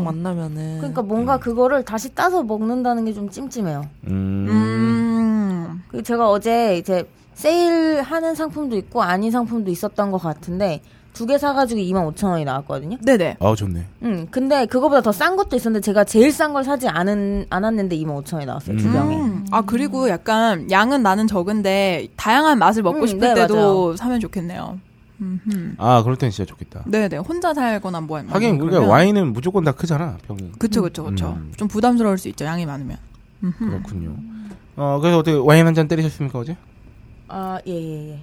F: 모르겠네요.
D: 만나면은.
G: 그러니까 뭔가 그거를 다시 따서 먹는다는 게 좀 찜찜해요.
E: 음.
F: 음.
G: 그 제가 어제 이제 세일하는 상품도 있고 아닌 상품도 있었던 것 같은데 두 개 사가지고 2만 5천 원이 나왔거든요.
F: 네네.
E: 아, 좋네.
G: 음, 근데 그거보다 더 싼 것도 있었는데 제가 제일 싼 걸 사지 않은 않았는데 2만 5천 원이 나왔어요 두
E: 음.
G: 병에.
F: 음. 아 그리고 약간 양은 나는 적은데 다양한 맛을 먹고
G: 음,
F: 싶을
G: 네,
F: 때도
G: 맞아요.
F: 사면 좋겠네요. 음흠.
E: 아, 그럴 땐 진짜 좋겠다.
F: 네네. 혼자 살거나 뭐 아니면
E: 하긴, 우리가
F: 그러면-
E: 와인은 무조건 다 크잖아, 병이.
F: 그쵸 그쵸 그쵸.
E: 음.
F: 좀 부담스러울 수 있죠. 양이 많으면. 음흠.
E: 그렇군요. 어, 그래서 어떻게 와인 한 잔 때리셨습니까, 어제?
G: 아, 예, 예, 예.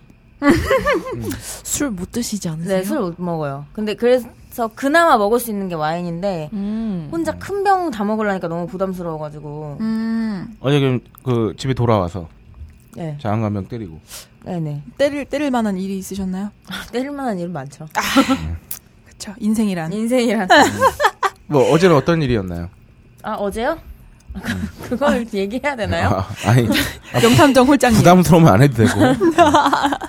D: 술 못 드시지 않으세요?
G: 네, 술 못 먹어요. 근데 그래서 그나마 먹을 수 있는 게 와인인데
D: 음.
G: 혼자 큰 병 다 먹으려니까 너무 부담스러워가지고.
F: 음.
E: 어제 그럼 그 집에 돌아와서
G: 네,
E: 장한명 때리고.
G: 네, 네.
F: 때릴 때릴 만한 일이 있으셨나요?
G: 때릴 만한 일 많죠.
F: 그쵸. 인생이란.
G: 인생이란.
E: 뭐, 어제는 어떤 일이었나요?
G: 아, 어제요? 그걸 얘기해야 되나요?
E: 아, 니
F: 영삼정 홀장님.
E: 부담스러우면 안 해도 되고. 어,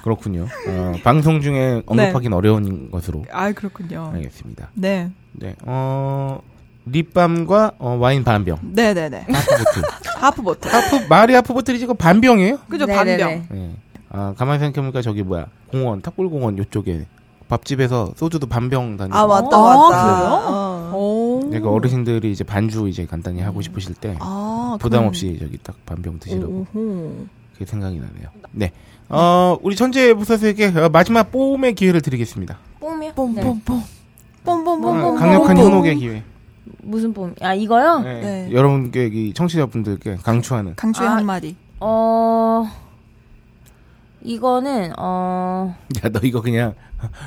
E: 그렇군요. 어, 방송 중에 언급하긴 어려운 것으로
F: 아 그렇군요.
E: 알겠습니다.
F: 네.
E: 네, 어, 립밤과 어, 와인 반병.
F: 네네네.
E: 하프 보틀.
F: 하프 버터.
E: 하프, 말이 하프 보틀이지, 그 반병이에요?
F: 그죠
G: 네네네.
F: 반병.
E: 네. 아, 가만히 생각해보니까 저기 뭐야. 공원, 탑골공원 요쪽에 밥집에서 소주도 반병 다니고.
F: 아, 맞다,
E: 어,
F: 맞다.
E: 그래요?
F: 어. 오.
E: 그러니까 어르신들이 이제 반주 이제 간단히 하고 싶으실 때
F: 아
E: 부담
F: 그럼-
E: 없이 저기 딱 반병 드시라고
F: 오호.
E: 그게 생각이 나네요. 네, 어 우리 천재 부사수에게 어, 마지막 뽐의 기회를 드리겠습니다.
G: 뽐이요? 네.
D: 뽐뽐뽐.
E: 어,
F: 뽐뽐뽐뽐.
E: 강력한 현혹의 기회.
G: 무슨 뽐? 아, 이거요?
E: 네.
F: 네.
E: 여러분께 이 청취자분들께 강추하는.
F: 강추의
G: 아.
F: 한마디.
G: 어, 이거는, 어,
E: 야 너 이거 그냥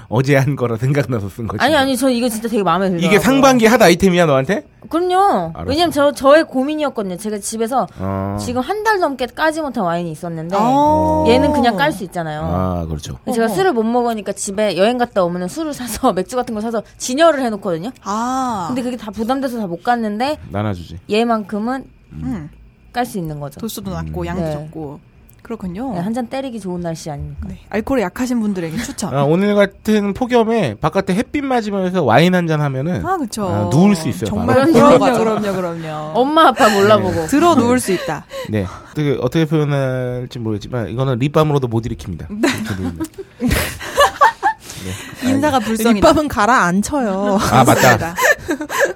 E: 어제 한 거라 생각나서 쓴 거지.
G: 아니, 아니, 저 이거 진짜 되게 마음에 들어요.
E: 이게 상반기 핫 아이템이야 너한테?
G: 그럼요.
E: 알았어.
G: 왜냐면 저, 저의 고민이었거든요. 제가 집에서
E: 어.
G: 지금 한 달 넘게 까지 못한 와인이 있었는데,
F: 어.
G: 네. 얘는 그냥 깔 수 있잖아요.
E: 아 그렇죠.
G: 제가 술을 못 먹으니까 집에 여행 갔다 오면 술을 사서 맥주 같은 거 사서 진열을 해놓거든요.
F: 아.
G: 근데 그게 다 부담돼서 다 못 갔는데,
E: 나눠주지.
G: 얘만큼은
F: 음.
G: 깔 수 있는 거죠.
E: 음.
F: 도수도 낮고 양도
G: 네.
F: 적고. 그렇군요.
G: 한 잔 때리기 좋은 날씨 아닙니까?
F: 네. 알코올에 약하신 분들에게 추천.
E: 아, 오늘 같은 폭염에 바깥에 햇빛 맞으면서 와인 한 잔 하면은
F: 아, 그쵸.
E: 아, 누울 수 있어요,
F: 정말
E: 바로.
F: 그럼요,
G: 그럼요,
F: 그럼요, 그럼요.
G: 엄마 아빠 몰라보고.
F: 들어 누울 수 있다.
E: 네. 어떻게, 어떻게 표현할지 모르겠지만, 이거는 립밤으로도 못 일으킵니다. 이렇게 누우면. 네.
F: 인사가 불성이다.
D: 밑밥은 가라앉혀요.
E: 아, 맞다.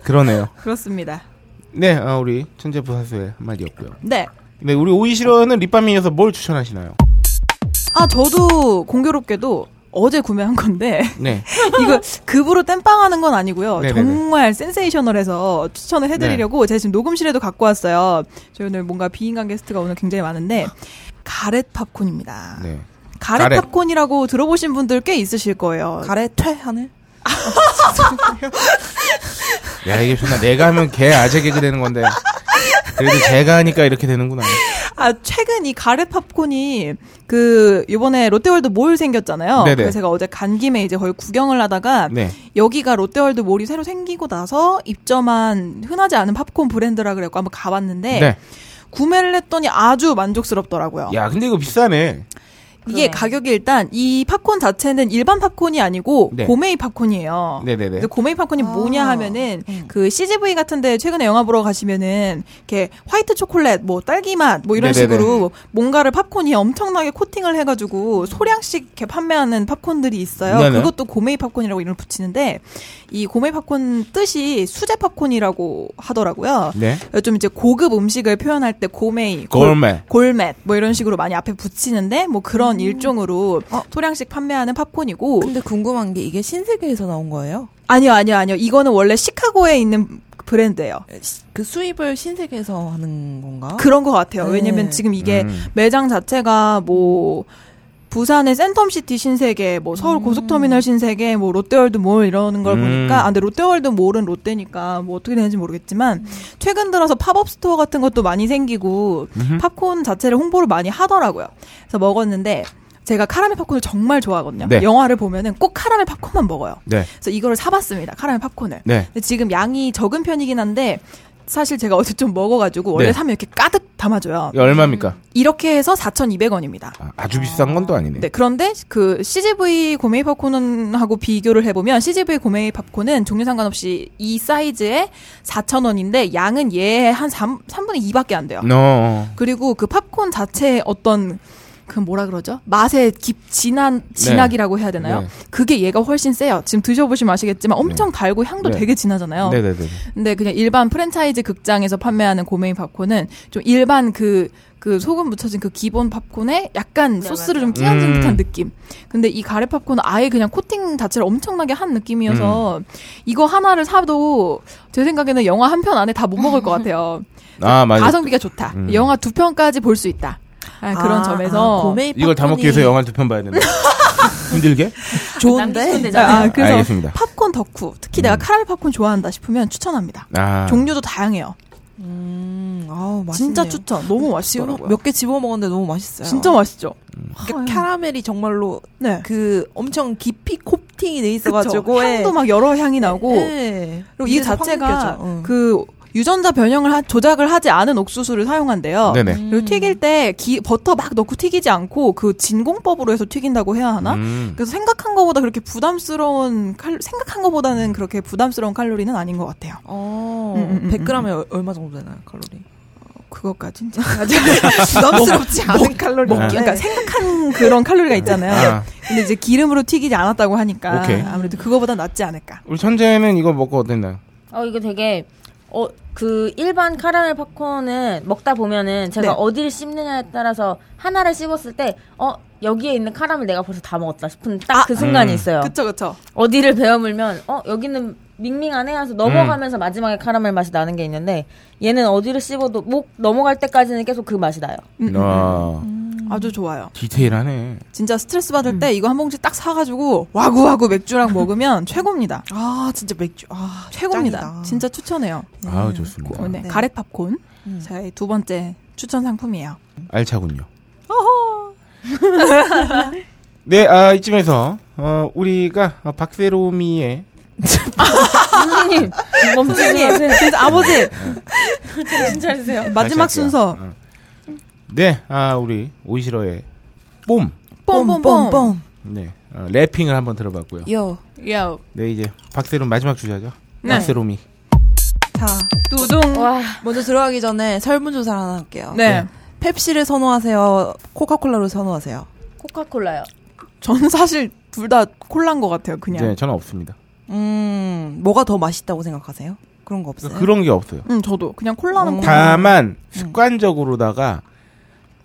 E: 그러네요.
F: 그렇습니다.
E: 네, 아, 우리 천재 부사수의 한마디였고요.
F: 네.
E: 네, 우리 오이시러는 립밤이어서 뭘 추천하시나요?
F: 아, 저도 공교롭게도 어제 구매한 건데,
E: 네.
F: 이거 급으로 땜빵하는 건 아니고요.
E: 네네네. 네.
F: 정말 센세이셔널해서 추천을 해드리려고 제가 지금 녹음실에도 갖고 왔어요. 저희 오늘 뭔가 비인간 게스트가 오늘 굉장히 많은데, 가렛 팝콘입니다.
E: 아. 네.
F: 가렛,
E: 가렛.
F: 팝콘이라고 들어보신 분들 꽤 있으실 거예요.
D: 가래 퇴하네.
E: 야, 이게 존나 내가 하면 개 아재 개그 되는 건데. 그래도 제가 하니까 이렇게 되는구나.
F: 아, 최근 이 가래 팝콘이 그 요번에 롯데월드 몰 생겼잖아요.
E: 네네.
F: 그래서 제가 어제 간 김에 이제 거기 구경을 하다가
E: 네.
F: 여기가 롯데월드 몰이 새로 생기고 나서 입점한 흔하지 않은 팝콘 브랜드라 그래갖고 한번 가봤는데
E: 네.
F: 구매를 했더니 아주 만족스럽더라고요.
E: 야, 근데 이거 비싸네.
F: 이게
G: 그러네.
F: 가격이 일단 이 팝콘 자체는 일반 팝콘이 아니고
E: 네.
F: 고메이 팝콘이에요.
E: 네네네.
F: 근데 고메이 팝콘이
D: 아,
F: 뭐냐 하면은
D: 네.
F: 그 CGV 같은데 최근에 영화 보러 가시면은 이렇게 화이트 초콜릿 뭐 딸기 맛뭐 이런
E: 네네네.
F: 식으로 뭔가를 팝콘이 엄청나게 코팅을 해가지고 소량씩 이렇게 판매하는 팝콘들이 있어요.
E: 네네.
F: 그것도 고메이 팝콘이라고 이름을 붙이는데 이 고메이 팝콘 뜻이 수제 팝콘이라고 하더라고요.
E: 네.
F: 좀 이제 고급 음식을 표현할 때 고메이 골-
E: 골메.
F: 골맷 뭐 이런 식으로 많이 앞에 붙이는데 뭐 그런 일종으로 소량씩 판매하는 팝콘이고
D: 음. 어. 근데 궁금한 게 이게 신세계에서 나온 거예요?
F: 아니요 아니요 아니요 이거는 원래 시카고에 있는 브랜드예요.
D: 그 수입을 신세계에서 하는 건가?
F: 그런 것 같아요.
D: 네.
F: 왜냐면 지금 이게
E: 음.
F: 매장 자체가 뭐 부산의 센텀시티 신세계, 뭐 서울 고속터미널 신세계, 뭐 롯데월드 몰 이러는 걸
E: 음.
F: 보니까, 아, 근데 롯데월드 몰은 롯데니까 뭐 어떻게 되는지 모르겠지만, 최근 들어서 팝업 스토어 같은 것도 많이 생기고, 팝콘 자체를 홍보를 많이 하더라고요. 그래서 먹었는데, 제가 카라멜 팝콘을 정말 좋아하거든요.
E: 네.
F: 영화를 보면은 꼭 카라멜 팝콘만 먹어요.
E: 네.
F: 그래서 이거를 사봤습니다. 카라멜 팝콘을.
E: 네.
F: 근데 지금 양이 적은 편이긴 한데 사실 제가 어제 좀 먹어가지고 원래
E: 네.
F: 사면 이렇게 가득 담아줘요.
E: 이게 얼마입니까?
F: 이렇게 해서 4,200원입니다.
E: 아, 아주 비싼 건 또 아니네.
F: 네, 그런데 그 CGV 고메이 팝콘하고 비교를 해보면 CGV 고메이 팝콘은 종류 상관없이 이 사이즈에 4,000원인데 양은 얘 한 3분의 2밖에 안 돼요.
E: 어.
F: 그리고 그 팝콘 자체의 어떤 그 뭐라 그러죠? 맛의 깊 진한 진하기라고 해야 되나요?
E: 네.
F: 그게 얘가 훨씬 세요. 지금 드셔보시면 아시겠지만 엄청 달고 향도
E: 네.
F: 되게 진하잖아요.
E: 네네네.
F: 근데 그냥 일반 프랜차이즈 극장에서 판매하는 고메인 팝콘은 좀 일반 그, 그 소금 묻혀진 그 기본 팝콘에 약간
D: 네,
F: 소스를 좀 끼얹은
E: 음.
F: 듯한 느낌. 근데 이 가래 팝콘은 아예 그냥 코팅 자체를 엄청나게 한 느낌이어서
E: 음.
F: 이거 하나를 사도 제 생각에는 영화 한 편 안에 다 못 먹을 것 같아요.
E: 아, 맞아.
F: 가성비가 그 좋다.
E: 음.
F: 영화 두 편까지 볼 수 있다. 아, 그런
D: 아,
F: 점에서.
D: 아, 고메이
E: 이걸 다 먹기
D: 팝콘이
E: 위해서 영화를 두 편 봐야 된다. 힘들게?
D: 좋은데
F: 아, 아, 그래서
E: 알겠습니다. 음.
F: 팝콘 덕후, 특히 내가 카라멜 팝콘 좋아한다 싶으면 추천합니다.
E: 아.
F: 종류도 다양해요.
D: 음, 아우 맛있네요.
F: 진짜 추천. 너무 맛있더라고요.
D: 몇개 집어 먹었는데 너무 맛있어요.
F: 진짜 맛있죠.
D: 그러니까 캐러멜이 정말로
F: 네.
D: 그 엄청 깊이 코팅이 돼 있어가지고 예.
F: 그쵸. 향도 막 여러 향이 나고
D: 네.
F: 그리고 이
D: 입에서 확
F: 자체가
D: 느껴져. 응.
F: 그 유전자 변형을 하- 조작을 하지 않은 옥수수를 사용한대요.
E: 네네.
F: 그리고 튀길 때 기- 버터 막 넣고 튀기지 않고 그 진공법으로 해서 튀긴다고 해야 하나?
E: 음.
F: 그래서 생각한 것보다 그렇게 부담스러운 칼 생각한 것보다는 그렇게 부담스러운 칼로리는 아닌 것 같아요.
D: 어,
F: 음, 음, 음,
D: 100g에 얼마 정도 되나요 칼로리?
F: 그것까진
D: 부담스럽지
F: 아,
D: 않은 칼로리.
E: 먹기.
F: 그러니까 생각한 그런 칼로리가 있잖아요.
E: 아.
F: 근데 이제 기름으로 튀기지 않았다고 하니까
E: 오케이.
F: 아무래도 그거보다 낫지 않을까.
E: 우리 천재는 이거 먹고 어땠나요?
G: 어 이게 되게 어 그 일반 카라멜 팝콘은 먹다 보면은 제가
F: 네.
G: 어디를 씹느냐에 따라서 하나를 씹었을 때 어 여기에 있는 카라멜 내가 벌써 다 먹었다 싶은 딱 그 순간이
E: 음.
G: 있어요.
F: 그쵸 그쵸.
G: 어디를 베어물면 어 여기는 밍밍하네 해서 넘어가면서 마지막에 카라멜 맛이 나는 게 있는데 얘는 어디를 씹어도 목 넘어갈 때까지는 계속 그 맛이 나요.
F: 음,
E: 아,
F: 아주 좋아요.
E: 디테일하네.
F: 진짜 스트레스 받을 때 이거 한 봉지 딱 사가지고 와구와구 맥주랑 먹으면 최고입니다.
D: 아 진짜 맥주. 아
F: 최고입니다.
D: 짱이다.
F: 진짜 추천해요.
E: 아우, 좋습니다.
F: 네, 음.
D: 네.
F: 가래 팝콘. 저의 두 번째 추천 상품이에요.
E: 알차군요. 네, 아, 이쯤에서, 어, 우리가 어, 박세로미의
G: 선생님 멈추지 마세요.
F: 진짜 아버지
G: 진짜세요.
F: 마지막
E: 다시 할게요.
F: 순서
E: 어. 네, 아, 우리 오이시러의 뽐.
F: 뽐뽐뽐.
E: 네, 어, 랩핑을 한번 들어봤고요.
D: 요.
F: 야,
E: 네, 이제 박세롬 마지막 주자죠.
F: 예. 네.
E: 박세롬이.
D: 자
F: 두둥.
G: 와
D: 먼저 들어가기 전에 설문조사 하나 할게요.
F: 네.
D: 펩시를 선호하세요? 코카콜라를 선호하세요?
G: 코카콜라요.
F: 저는 사실 둘 다 콜라인 것 같아요. 그냥.
E: 네, 저는 없습니다.
D: 음 뭐가 더 맛있다고 생각하세요? 그런 거 없어요?
E: 그런 게 없어요.
F: 음, 저도 그냥 콜라는 콜라.
E: 다만 습관적으로다가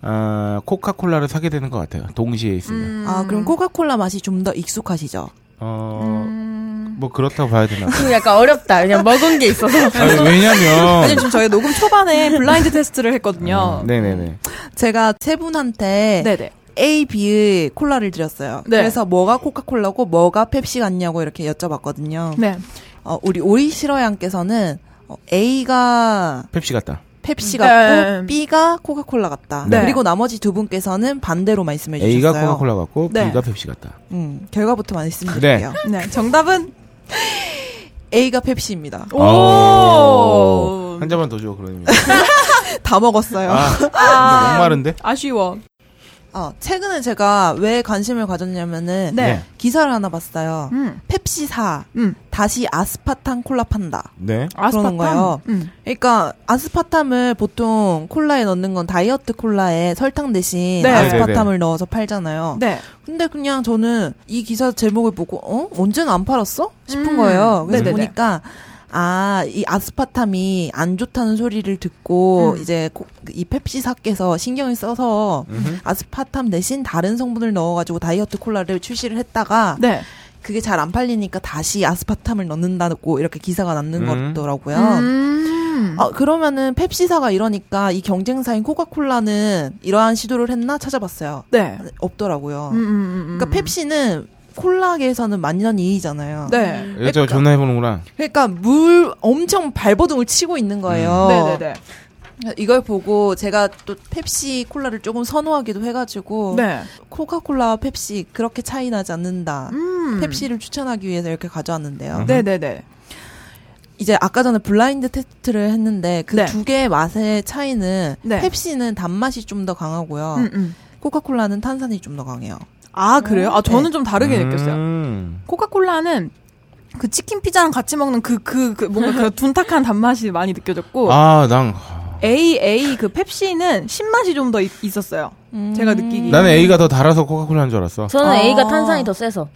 E: 아, 코카콜라를 사게 되는 것 같아요. 동시에 있으면.
F: 음.
D: 아 그럼 코카콜라 맛이 좀 더 익숙하시죠?
E: 어,
F: 음.
E: 뭐 그렇다고 봐야 되나.
G: 지금 약간 어렵다. 그냥 먹은 게 있어서.
E: 아니,
F: 왜냐면
E: 왜냐면 음,
F: 지금 저희 녹음 초반에 블라인드 테스트를 했거든요. 음.
E: 네네네.
D: 제가 세 분한테
F: 네네.
D: A, B의 콜라를 드렸어요.
F: 네.
D: 그래서 뭐가 코카콜라고 뭐가 펩시 같냐고 이렇게 여쭤봤거든요.
F: 네.
D: 어, 우리 오이시러 양께서는 어, A가
E: 펩시 같다.
D: 펩시 같고
F: 네.
D: B가 코카콜라 같다.
F: 네.
D: 그리고 나머지 두 분께서는 반대로 말씀해 주셨어요.
E: A가 코카콜라 같고
F: 네.
E: B가 펩시 같다.
D: 음, 결과부터 말씀드릴게요.
F: 네. 정답은
D: A가 펩시입니다.
F: 오. 음.
E: 오. 한 잔만 더 줘, 그러면.
D: 다 먹었어요.
E: 아, 근데 목마른데?
F: 아쉬워.
D: 어, 최근에 제가 왜 관심을 가졌냐면은
F: 네.
D: 기사를 하나 봤어요.
F: 음.
D: 펩시사
F: 음.
D: 다시 아스파탐 콜라 판다.
E: 네.
D: 그러는 거예요.
F: 음.
D: 그러니까 아스파탐을 보통 콜라에 넣는 건 다이어트 콜라에 설탕 대신
F: 네.
D: 아스파탐을 넣어서 팔잖아요.
F: 네.
D: 근데 그냥 저는 이 기사 제목을 보고 어 언제는 안 팔았어 싶은
F: 음.
D: 거예요. 그래서
F: 네네네.
D: 보니까 아 이 아스파탐이 안 좋다는 소리를 듣고
F: 음.
D: 이제 고- 이 펩시사께서 신경을 써서 아스파탐 대신 다른 성분을 넣어가지고 다이어트 콜라를 출시를 했다가
F: 네.
D: 그게 잘 안 팔리니까 다시 아스파탐을 넣는다고 이렇게 기사가 났는
E: 음.
D: 거더라고요.
F: 음.
D: 아, 그러면은 펩시사가 이러니까 이 경쟁사인 코카콜라는 이러한 시도를 했나 찾아봤어요.
F: 네.
D: 없더라고요.
F: 음, 음, 음, 음.
D: 그러니까 펩시는 콜라계에서는 만년 2위잖아요.
F: 네.
E: 여자가 존나 해보는구나.
D: 그러니까 물 엄청 발버둥을 치고 있는
F: 음.
D: 거예요.
F: 네네네.
D: 이걸 보고 제가 또 펩시 콜라를 조금 선호하기도 해가지고
F: 네.
D: 코카콜라와 펩시 그렇게 차이 나지 않는다.
F: 음.
D: 펩시를 추천하기 위해서 이렇게 가져왔는데요.
F: 네네네.
D: 이제 아까 전에 블라인드 테스트를 했는데 그
F: 네.
D: 두 개의 맛의 차이는
F: 네.
D: 펩시는 단맛이 좀 더 강하고요.
F: 음, 음.
D: 코카콜라는 탄산이 좀 더 강해요.
F: 아 그래요? 아 저는 좀 다르게 느꼈어요.
E: 음.
F: 코카콜라는 그 치킨 피자랑 같이 먹는 그 그 그 뭔가 그 둔탁한 단맛이 많이 느껴졌고
E: 아, 난,
F: AA 그 펩시는 신맛이 좀 더 있었어요. 제가 느끼기.
E: 나는 A가 더 달아서 코카콜라인 줄 알았어.
G: 저는
F: 아.
G: A가 탄산이 더 세서.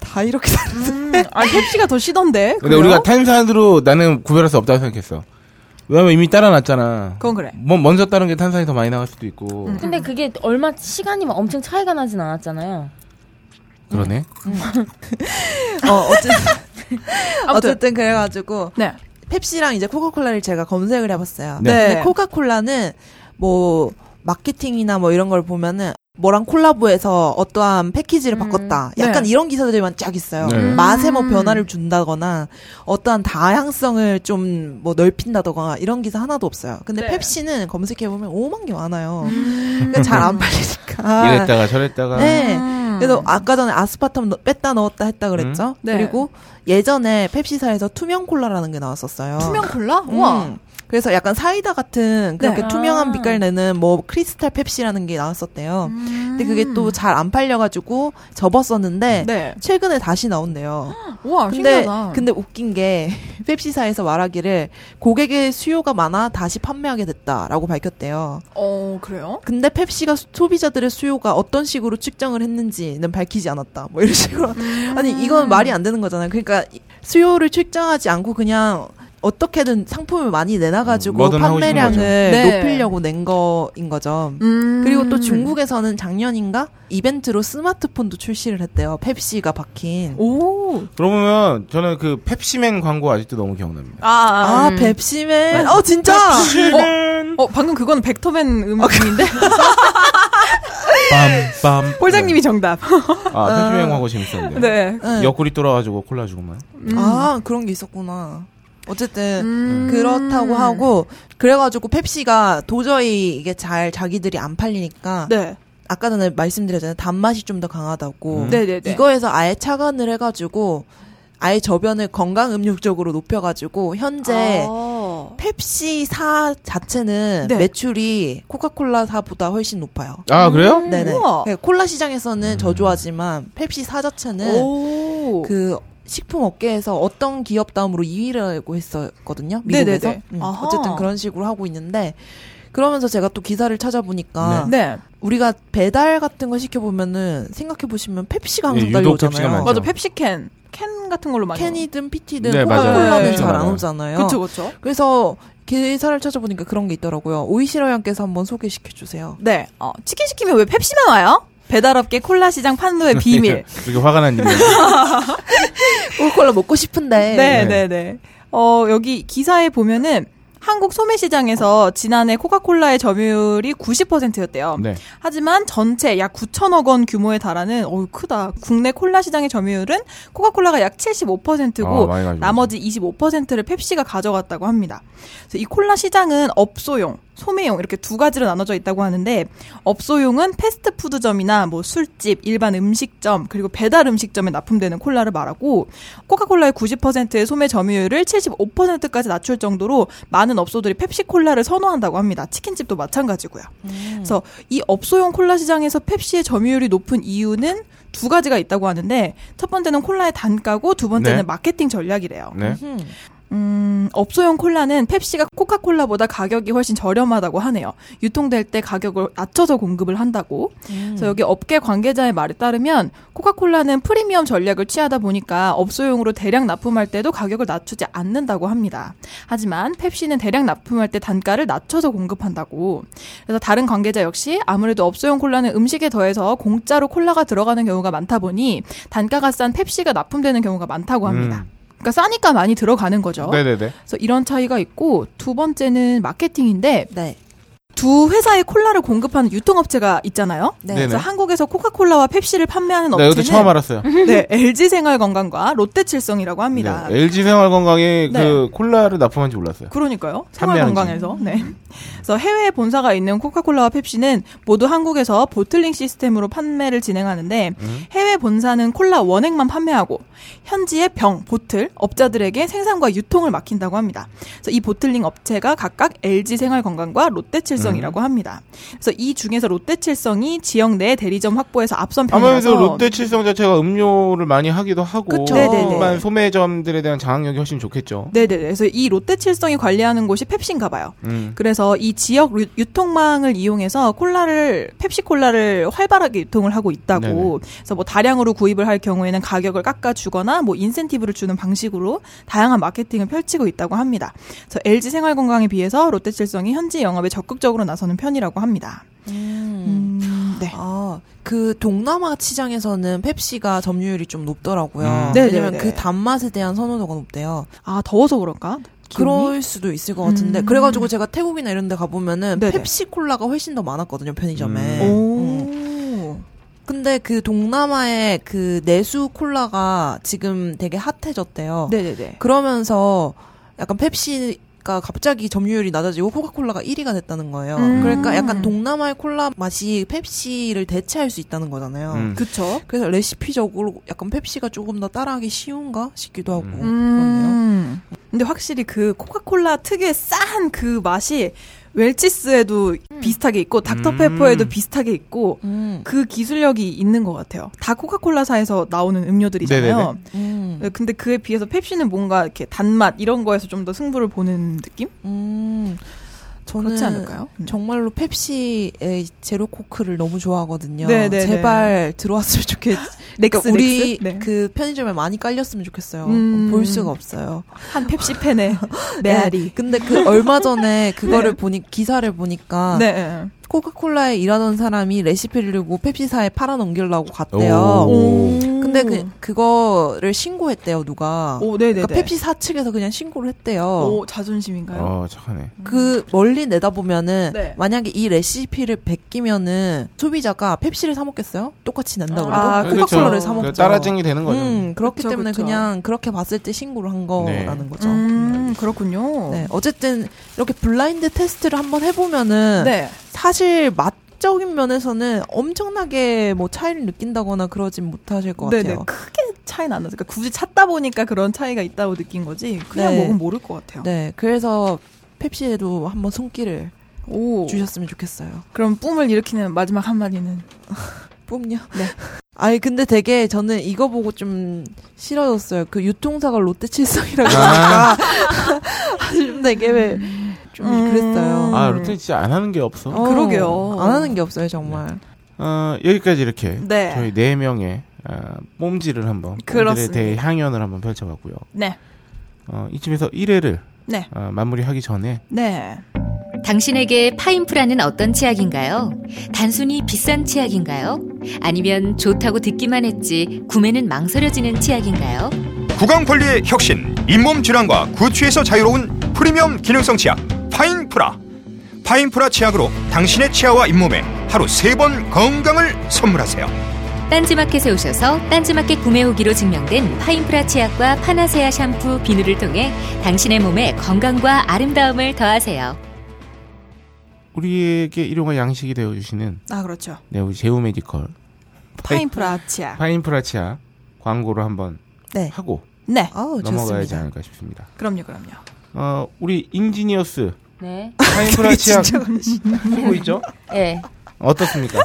D: 다 이렇게 다르죠.
F: 음, 아 펩시가 더 시던데.
E: 근데
F: 그래요?
E: 우리가 탄산으로 나는 구별할 수 없다고 생각했어. 왜냐면 이미 따라놨잖아.
F: 그건 음. 그래.
E: 뭐, 먼저 따른 게 탄산이 더 많이 나갈 수도 있고.
G: 근데 그게 얼마 시간이 막 엄청 차이가 나진 않았잖아요.
E: 그러네.
D: 어, 어쨌든,
F: 아무튼.
D: 어쨌든 그래가지고
F: 네.
D: 펩시랑 이제 코카콜라를 제가 검색을 해봤어요.
E: 네.
D: 근데 코카콜라는 뭐 마케팅이나 뭐 이런 걸 보면은 뭐랑 콜라보해서 어떠한 패키지를 바꿨다. 약간
F: 음. 네. 음.
D: 이런 기사들만 쫙 있어요.
E: 네.
D: 맛에 뭐 변화를 준다거나 어떠한 다양성을 좀 뭐 넓힌다거나 이런 기사 하나도 없어요. 근데
F: 네. 음.
D: 펩시는 검색해보면 오만 개 많아요. 그러니까 잘 안
F: 아.
D: 팔리니까.
E: 이랬다가 저랬다가.
D: 네.
F: 음.
D: 그래서 아까 전에 아스파탐 넣- 뺐다 넣었다 했다 그랬죠.
F: 네.
D: 그리고 예전에 펩시사에서 투명 콜라라는 게 나왔었어요.
F: 투명 콜라?
D: 음.
F: 우와.
D: 그래서 약간 사이다 같은 그렇게
F: 네.
D: 투명한
G: 아.
D: 빛깔 내는 뭐 크리스탈 펩시라는 게 나왔었대요.
F: 음.
D: 근데 그게 또 잘 안 팔려가지고 접었었는데
F: 네.
D: 최근에 다시 나온대요.
F: 우와
D: 근데
F: 신기하다.
D: 근데 웃긴 게 펩시사에서 말하기를 고객의 수요가 많아 다시 판매하게 됐다라고 밝혔대요.
F: 어 그래요?
D: 근데 펩시가 수- 소비자들의 수요가 어떤 식으로 측정을 했는지는 밝히지 않았다. 뭐 이런 식으로.
F: 음.
D: 아니, 이건 말이 안 되는 거잖아요. 그러니까 이- 수요를 측정하지 않고 그냥 어떻게든 상품을 많이
E: 음,
D: 내놔가지고
E: 뭐든 하고 싶은
D: 판매량을
F: 거죠. 네.
D: 높이려고 낸 거인 거죠.
F: 음.
D: 그리고 또 중국에서는 작년인가 이벤트로 스마트폰도 출시를 했대요. 펩시가 박힌.
F: 음. 오.
E: 그러면 저는 그 펩시맨 광고 아직도 너무 기억납니다.
F: 아. 아, 아.
D: 아, 펩시맨. 어, 진짜!
F: 어, 어 방금 그건 벡터맨
D: 아,
F: 음악인데 네.
E: 빰빰.
F: 홀장님이 정답.
E: 아, 펩시맨 광고 재밌었는데.
F: 네.
D: 네.
E: 옆구리 뚫어가지고 콜라 주고만.
D: 아, 그런 게 있었구나. 어쨌든
F: 음.
D: 그렇다고 하고 그래가지고 펩시가 도저히 이게 잘 자기들이 안 팔리니까
F: 네.
D: 아까 전에 말씀드렸잖아요 단맛이 좀 더 강하다고
E: 음.
F: 네네네.
D: 이거에서 아예 차관을 해가지고 아예 저변을 건강 음료 쪽으로 높여가지고 현재
F: 아.
D: 펩시사 자체는
F: 네.
D: 매출이 코카콜라사보다 훨씬 높아요.
E: 아, 그래요?
D: 네네.
F: 음, 우와.
D: 그러니까 콜라 시장에서는 저조하지만 펩시사 자체는
F: 오.
D: 그 식품 업계에서 어떤 기업 다음으로 2위라고 했었거든요. 미국에서.
F: 네네네.
D: 음,
F: 아하.
D: 어쨌든 그런 식으로 하고 있는데 그러면서 제가 또 기사를 찾아보니까
F: 네.
D: 우리가 배달 같은 거 시켜 보면은 생각해 보시면 펩시가 항상
E: 예, 유독
D: 달려오잖아요.
E: 펩시가 많죠.
F: 맞아. 펩시캔 캔 같은 걸로 많이.
D: 캔이든 PT든
E: 네, 맞아요.
D: 코카콜라는
F: 네.
D: 잘 안
E: 맞아요.
D: 오잖아요.
F: 그렇죠, 그렇죠.
D: 그래서 기사를 찾아보니까 그런 게 있더라고요. 오이시러 양께서 한번 소개시켜 주세요.
F: 네. 어, 치킨 시키면 왜 펩시만 와요? 배달업계 콜라 시장 판도의 네, 비밀.
E: 이렇게 화가 난 일이에요.
D: 코카콜라 먹고 싶은데
F: 네, 네, 네. 어, 여기 기사에 보면은 한국 소매 시장에서 지난해 코카콜라의 점유율이 90%였대요.
E: 네.
F: 하지만 전체 약 9천억 원 규모에 달하는 어우 크다. 국내 콜라 시장의 점유율은 코카콜라가 약
E: 아,
F: 75%고
E: 많이 가지고
F: 나머지 25%를 펩시가 가져갔다고 합니다. 그래서 이 콜라 시장은 업소용, 소매용 이렇게 두 가지로 나눠져 있다고 하는데 업소용은 패스트푸드점이나 뭐 술집, 일반 음식점 그리고 배달 음식점에 납품되는 콜라를 말하고 코카콜라의 90%의 소매 점유율을 75%까지 낮출 정도로 많은 업소들이 펩시콜라를 선호한다고 합니다. 치킨집도 마찬가지고요. 그래서 이 업소용 콜라 시장에서 펩시의 점유율이 높은 이유는 두 가지가 있다고 하는데 첫 번째는 콜라의 단가고 두 번째는
E: 네.
F: 마케팅 전략이래요.
E: 네.
D: 음.
F: 음, 업소용 콜라는 펩시가 코카콜라보다 가격이 훨씬 저렴하다고 하네요. 유통될 때 가격을 낮춰서 공급을 한다고. 그래서 여기 업계 관계자의 말에 따르면 코카콜라는 프리미엄 전략을 취하다 보니까 업소용으로 대량 납품할 때도 가격을 낮추지 않는다고 합니다. 하지만 펩시는 대량 납품할 때 단가를 낮춰서 공급한다고. 그래서 다른 관계자 역시 아무래도 업소용 콜라는 음식에 더해서 공짜로 콜라가 들어가는 경우가 많다 보니 단가가 싼 펩시가 납품되는 경우가 많다고 합니다.
E: 음.
F: 그러니까 싸니까 많이 들어가는 거죠.
E: 네네네.
F: 그래서 이런 차이가 있고 두 번째는 마케팅인데
D: 네.
F: 두 회사의 콜라를 공급하는 유통업체가 있잖아요.
D: 네.
E: 네네.
F: 그래서 한국에서 코카콜라와 펩시를 판매하는
E: 나 이것도
F: 업체는
E: 처음 알았어요.
F: 네, LG 생활건강과 롯데칠성이라고 합니다.
E: 네, LG 생활건강에
F: 네.
E: 그 콜라를 납품한지 몰랐어요.
F: 그러니까요.
E: 판매하는지.
F: 생활건강에서. 네. 그래서 해외 본사가 있는 코카콜라와 펩시는 모두 한국에서 보틀링 시스템으로 판매를 진행하는데
E: 음.
F: 해외 본사는 콜라 원액만 판매하고 현지의 병, 보틀 업자들에게 생산과 유통을 맡긴다고 합니다. 그래서 이 보틀링 업체가 각각 LG 생활건강과
E: 음.
F: 롯데칠성이라고 합니다. 그래서 이 중에서 롯데칠성이 지역 내 대리점 확보에서 앞선 편이라서
E: 아무래도 롯데 칠성 자체가 음료를 많이 하기도 하고
D: 그쵸.
F: 네네네.
E: 일반 소매점들에 대한 장악력이 훨씬 좋겠죠.
F: 네네. 그래서 이 롯데칠성이 관리하는 곳이 펩시인가 봐요.
E: 음.
F: 그래서 이 지역 유- 유통망을 이용해서 콜라를 펩시콜라를 활발하게 유통을 하고 있다고.
E: 네네.
F: 그래서 뭐 다량으로 구입을 할 경우에는 가격을 깎아 주거나 뭐 인센티브를 주는 방식으로 다양한 마케팅을 펼치고 있다고 합니다. 그래서 LG 생활건강에 비해서 롯데칠성이 현지 영업에 적극적으로 나서는 편이라고 합니다. 음, 네.
D: 아, 그 동남아 시장에서는 펩시가 점유율이 좀 높더라고요.
E: 음.
F: 네,
D: 왜냐면
F: 네, 네.
D: 그 단맛에 대한 선호도가 높대요.
F: 아 더워서 그런가? 기온이?
D: 그럴 수도 있을 것 같은데.
F: 음.
D: 그래가지고 제가 태국이나 이런 데 가보면은
F: 네네.
D: 펩시콜라가 훨씬 더 많았거든요,
F: 네.
D: 편의점에.
E: 음.
D: 음.
F: 어.
D: 근데 그 동남아의 그 내수 콜라가 지금 되게
F: 어.
D: 핫해졌대요.
F: 네네네.
D: 그러면서 약간 펩시가 갑자기 점유율이 낮아지고 코카콜라가 1위가 됐다는 거예요.
F: 음.
D: 그러니까 약간 동남아의 콜라 맛이 펩시를 대체할 수 있다는 거잖아요.
E: 음.
F: 그쵸?
D: 그래서 레시피적으로 약간 펩시가 조금 더 따라하기 쉬운가 싶기도 하고 그렇네요.
F: 음. 근데 확실히 그 코카콜라 특유의 싼 그 맛이 웰치스에도 비슷하게 있고 닥터페퍼에도
E: 음.
F: 비슷하게 있고
D: 음.
F: 그 기술력이 있는 것 같아요. 다 코카콜라사에서 나오는 음료들이잖아요.
E: 네네네.
D: 음.
F: 네, 근데 그에 비해서 펩시는 뭔가 이렇게 단맛 이런 거에서 좀 더 승부를 보는 느낌?
D: 음. 저는
F: 그렇지 않을까요? 음.
D: 정말로 펩시의 제로 코크를 너무 좋아하거든요.
F: 네, 네,
D: 제발 들어왔으면 좋겠.
F: 넥스,
D: 그러니까 우리
F: 넥스? 네.
D: 그 편의점에 많이 깔렸으면 좋겠어요.
F: 음.
D: 볼 수가 없어요.
F: 한 펩시 팬의 메아리.
D: 네, 근데 그 얼마 전에 그거를 보니 기사를 보니까
F: 네. 네.
D: 코카콜라에 일하던 사람이 레시피를 들고 펩시사에 팔아 넘기려고 갔대요.
E: 오.
D: 근데 그 그거를 신고했대요 누가.
F: 오, 네네네.
D: 그러니까 펩시사 측에서 그냥 신고를 했대요.
F: 오, 자존심인가요?
E: 어, 착하네.
D: 그 멀리 내다보면은
F: 네.
D: 만약에 이 레시피를 베끼면은 소비자가 펩시를 사 먹겠어요? 똑같이 난다 그래도
F: 아,
D: 코카콜라를
F: 그렇죠.
D: 사 먹죠.
E: 따라쟁이 되는 거죠.
D: 음, 그렇기
F: 그쵸,
D: 때문에
F: 그쵸.
D: 그냥 그렇게 봤을 때 신고를 한 거라는
E: 네. 그렇죠.
D: 거죠.
F: 음, 그렇군요.
D: 네, 어쨌든 이렇게 블라인드 테스트를 한번 해보면은
F: 네.
D: 사실 맛적인 면에서는 엄청나게 뭐 차이를 느낀다거나 그러진 못하실 것 같아요.
F: 크게 차이는 안 나서 그러니까 굳이 찾다 보니까 그런 차이가 있다고 느낀 거지. 그냥
D: 네.
F: 먹으면 모를 것 같아요.
D: 네, 그래서 펩시에도 한번 손길을
F: 오.
D: 주셨으면 좋겠어요.
F: 그럼 뿜을 일으키는 마지막 한마디는
D: 뿜요? 네. 아니 근데 되게 저는 이거 보고 좀 싫어졌어요. 그 유통사가 롯데칠성이라고
E: 아.
D: 하니까 좀 되게 왜 좀
F: 음.
D: 그랬어요.
E: 아, 롯데 진짜 안 하는 게 없어.
D: 어,
F: 그러게요.
D: 안 하는 게 없어요 정말.
E: 어, 여기까지 이렇게
F: 네.
E: 저희 네 명의 아, 뽐질을 한번 뽐질에
F: 그렇습니다.
E: 대해 향연을 한번 펼쳐봤고요.
F: 네.
E: 어, 이쯤에서 1회를 어,
F: 네.
E: 마무리하기 전에
F: 네.
A: 당신에게 파인프라는 어떤 치약인가요? 단순히 비싼 치약인가요? 아니면 좋다고 듣기만 했지 구매는 망설여지는 치약인가요?
H: 구강 관리의 혁신, 잇몸 질환과 구취에서 자유로운 프리미엄 기능성 치약 파인프라. 파인프라 치약으로 당신의 치아와 잇몸에 하루 세 번 건강을 선물하세요.
A: 딴지마켓에 오셔서 딴지마켓 구매 후기로 증명된 파인프라 치약과 파나세아 샴푸, 비누를 통해 당신의 몸에 건강과 아름다움을 더하세요.
E: 우리에게 일용할 양식이 되어주시는
F: 아, 그렇죠.
E: 네, 우리 제우 메디컬
F: 파인프라 치약.
E: 파인프라치아 광고를 한번
D: 네.
E: 하고
F: 네.
D: 아우
E: 넘어가야지
D: 좋습니다.
E: 않을까 싶습니다.
F: 그럼요, 그럼요.
E: 어, 우리 인지니어스
G: 네.
E: 파인프라치아 하고 있죠?
G: 예.
E: 어떻습니까?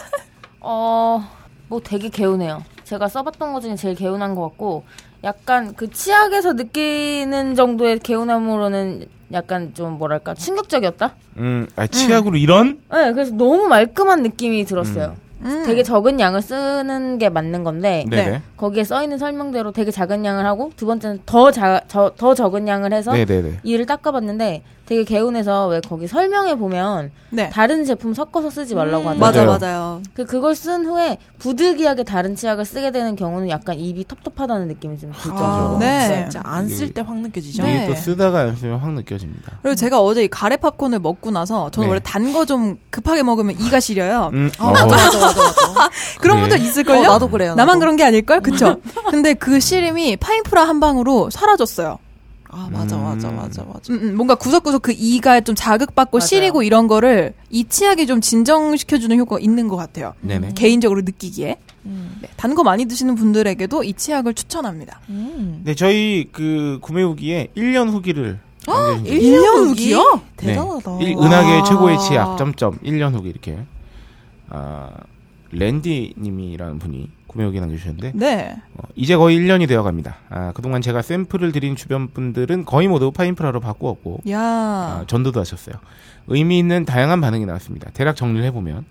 G: 어, 뭐 되게 개운해요. 제가 써봤던 것 중에 제일 개운한 것 같고, 약간 그 치약에서 느끼는 정도의 개운함으로는 약간 좀 뭐랄까, 충격적이었다? 예,
E: 음, 아, 치약으로 이런
G: 네, 그래서 너무 말끔한 느낌이 들었어요.
D: 음.
F: 음.
G: 되게 적은 양을 쓰는 게 맞는 건데
E: 음. 네네.
G: 거기에 써 있는 설명대로 되게 작은 양을 하고 두 번째는 더, 자, 저, 더 적은 양을 해서
E: 네네네.
G: 이를 닦아봤는데 되게 개운해서 왜 거기 설명에 보면
F: 네.
G: 다른 제품 섞어서 쓰지 말라고 하더라고요.
F: 음. 맞아
E: 맞아요.
F: 맞아요.
G: 그 그걸 쓴 후에 부득이하게 다른 치약을 쓰게 되는 경우는 약간 입이 텁텁하다는 느낌이 좀 들죠.
F: 아, 네.
D: 진짜 안 쓸 때 확 느껴지죠.
F: 네.
E: 이게 또 쓰다가 열심히 확 느껴집니다.
F: 그리고 제가 어제 이 가래 팝콘을 먹고 나서 저는
E: 네.
F: 원래 단 거 좀 급하게 먹으면 이가 시려요.
E: 음,
D: 아, 맞아, 맞아, 맞아, 맞아.
F: 그런
E: 네.
F: 분들 있을걸요?
D: 어, 나도 그래요,
F: 나만
D: 나도.
F: 그런 게 아닐걸? 그쵸? 근데 그 시림이 파인프라 한 방으로 사라졌어요.
D: 아, 맞아, 맞아, 맞아, 맞아.
F: 음, 음, 뭔가 구석구석 그 이가 좀 자극받고
G: 맞아요.
F: 시리고 이런 거를 이 치약이 좀 진정시켜주는 효과가 있는 것 같아요.
E: 네네.
F: 개인적으로 느끼기에. 네, 단거 많이 드시는 분들에게도 이 치약을 추천합니다.
E: 네, 저희 그 구매 후기에 1년 후기를 남겨주신 적이
F: 1년 후기요?
D: 대단하다.
E: 네. 일- 은하계
F: 와.
E: 최고의 치약 점점 1년 후기 이렇게 아 랜디님이라는 분이 구매 후기 남겨주셨는데
F: 네.
E: 어, 이제 거의 1년이 되어갑니다. 아 그동안 제가 샘플을 드린 주변 분들은 거의 모두 파인프라로 바꾸었고 아,
F: 야
E: 전도도 하셨어요. 의미 있는 다양한 반응이 나왔습니다. 대략 정리를 해보면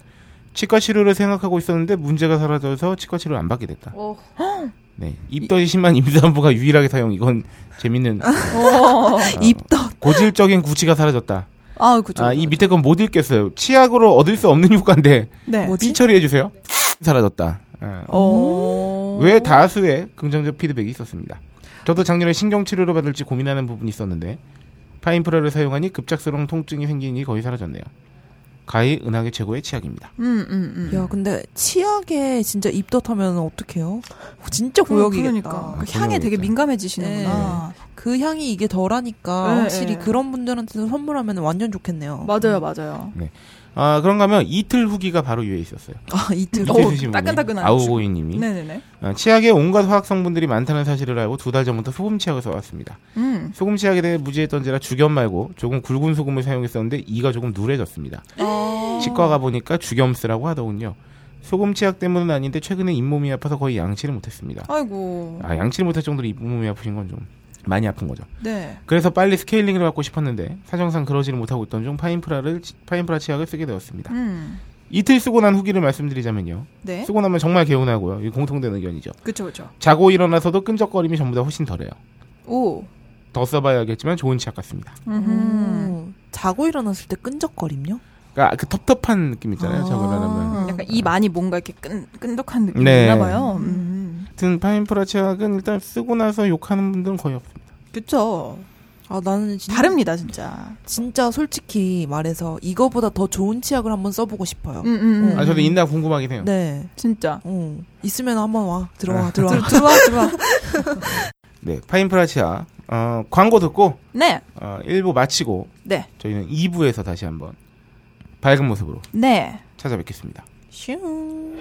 E: 치과 치료를 생각하고 있었는데 문제가 사라져서 치과 치료를 안 받게 됐다.
G: 오.
E: 네, 입덧이 심한 임산부가 유일하게 사용. 이건 재밌는
F: 어.
E: 아,
F: 입덧.
E: 고질적인 구취가 사라졌다.
F: 아, 그죠.
E: 아, 이 밑에 건 못 읽겠어요. 치약으로 얻을 수 없는 효과인데
F: 네.
E: 삐 처리해주세요. 사라졌다. 아,
F: 어.
E: 왜 다수의 긍정적 피드백이 있었습니다. 저도 작년에 신경치료를 받을지 고민하는 부분이 있었는데 파인프라를 사용하니 급작스러운 통증이 생기니 거의 사라졌네요. 가히 은하계 최고의 치약입니다.
F: 음, 음, 음.
D: 야, 근데 치약에 진짜 입덧하면 어떡해요? 진짜
F: 그러-
D: 고역이겠다.
F: 그러니까. 그
E: 아,
F: 향에 되게
E: 고역이겠다.
F: 민감해지시는구나.
D: 그 향이 이게 덜하니까
F: 네,
D: 확실히
F: 네.
D: 그런 분들한테도 선물하면 완전 좋겠네요. 음.
F: 맞아요, 맞아요.
E: 아 그런가 하면 이틀 후기가 바로 위에 있었어요.
D: 아, 이틀.
F: 어,
E: 이틀 후신 분이
F: 따끈따끈한
E: 아우고이님이
F: 네네네.
E: 아, 치약에 온갖 화학 성분들이 많다는 사실을 알고 두 달 전부터 소금 치약을 써왔습니다.
F: 음.
E: 소금 치약에 대해 무지했던지라 주겸 말고 조금 굵은 소금을 사용했었는데 이가 조금 누래졌습니다. 치과 가보니까 주겸 쓰라고 하더군요. 소금 치약 때문은 아닌데 최근에 잇몸이 아파서 거의 양치를 못했습니다.
F: 아이고.
E: 아, 양치를 못할 정도로 잇몸이 아프신 건 좀 많이 아픈 거죠.
F: 네.
E: 그래서 빨리 스케일링을 받고 싶었는데 사정상 그러지를 못하고 있던 중 파인프라를 치- 파인프라 치약을 쓰게 되었습니다.
F: 음.
E: 이틀 쓰고 난 후기를 말씀드리자면요.
F: 네.
E: 쓰고 나면 정말 개운하고요. 이 공통된 의견이죠.
F: 그쵸, 그쵸.
E: 자고 일어나서도 끈적거림이 전보다 훨씬 덜해요.
F: 오.
E: 더 써봐야겠지만 좋은 치약 같습니다.
F: 음.
D: 음. 자고 일어났을 때 끈적거림요?
E: 그러니까 그 텁텁한 느낌 있잖아요.
D: 아.
E: 자고 일어나면.
F: 약간 이 많이 뭔가 이렇게 끈, 끈덕한 느낌이
E: 네.
F: 있나 봐요. 음.
E: 같은 파인프라 치약은 일단 쓰고 나서 욕하는 분들은 거의 없습니다.
F: 그쵸.
D: 아, 나는 진짜,
F: 다릅니다, 진짜.
D: 진짜 솔직히 말해서 이거보다 더 좋은 치약을 한번 써보고 싶어요.
F: 음, 음, 음.
E: 아, 저도 있나 궁금하긴 해요.
D: 네.
F: 진짜.
D: 어. 있으면 한번 와. 들어와,
E: 아.
D: 들어와.
F: 들어와, 들어와.
E: 네, 파인프라 치약. 어, 광고 듣고
F: 네.
E: 어, 1부 마치고
F: 네.
E: 저희는 2부에서 다시 한번 밝은 모습으로
F: 네.
E: 찾아뵙겠습니다.
D: 슝.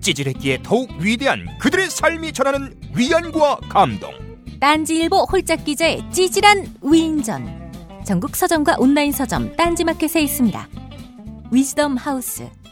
H: 찌질했기에 더욱 위대한 그들의 삶이 전하는 위안과 감동.
A: 딴지일보 홀짝 기자의 찌질한 위인전. 전국 서점과 온라인 서점 딴지마켓에 있습니다. 위즈덤 하우스.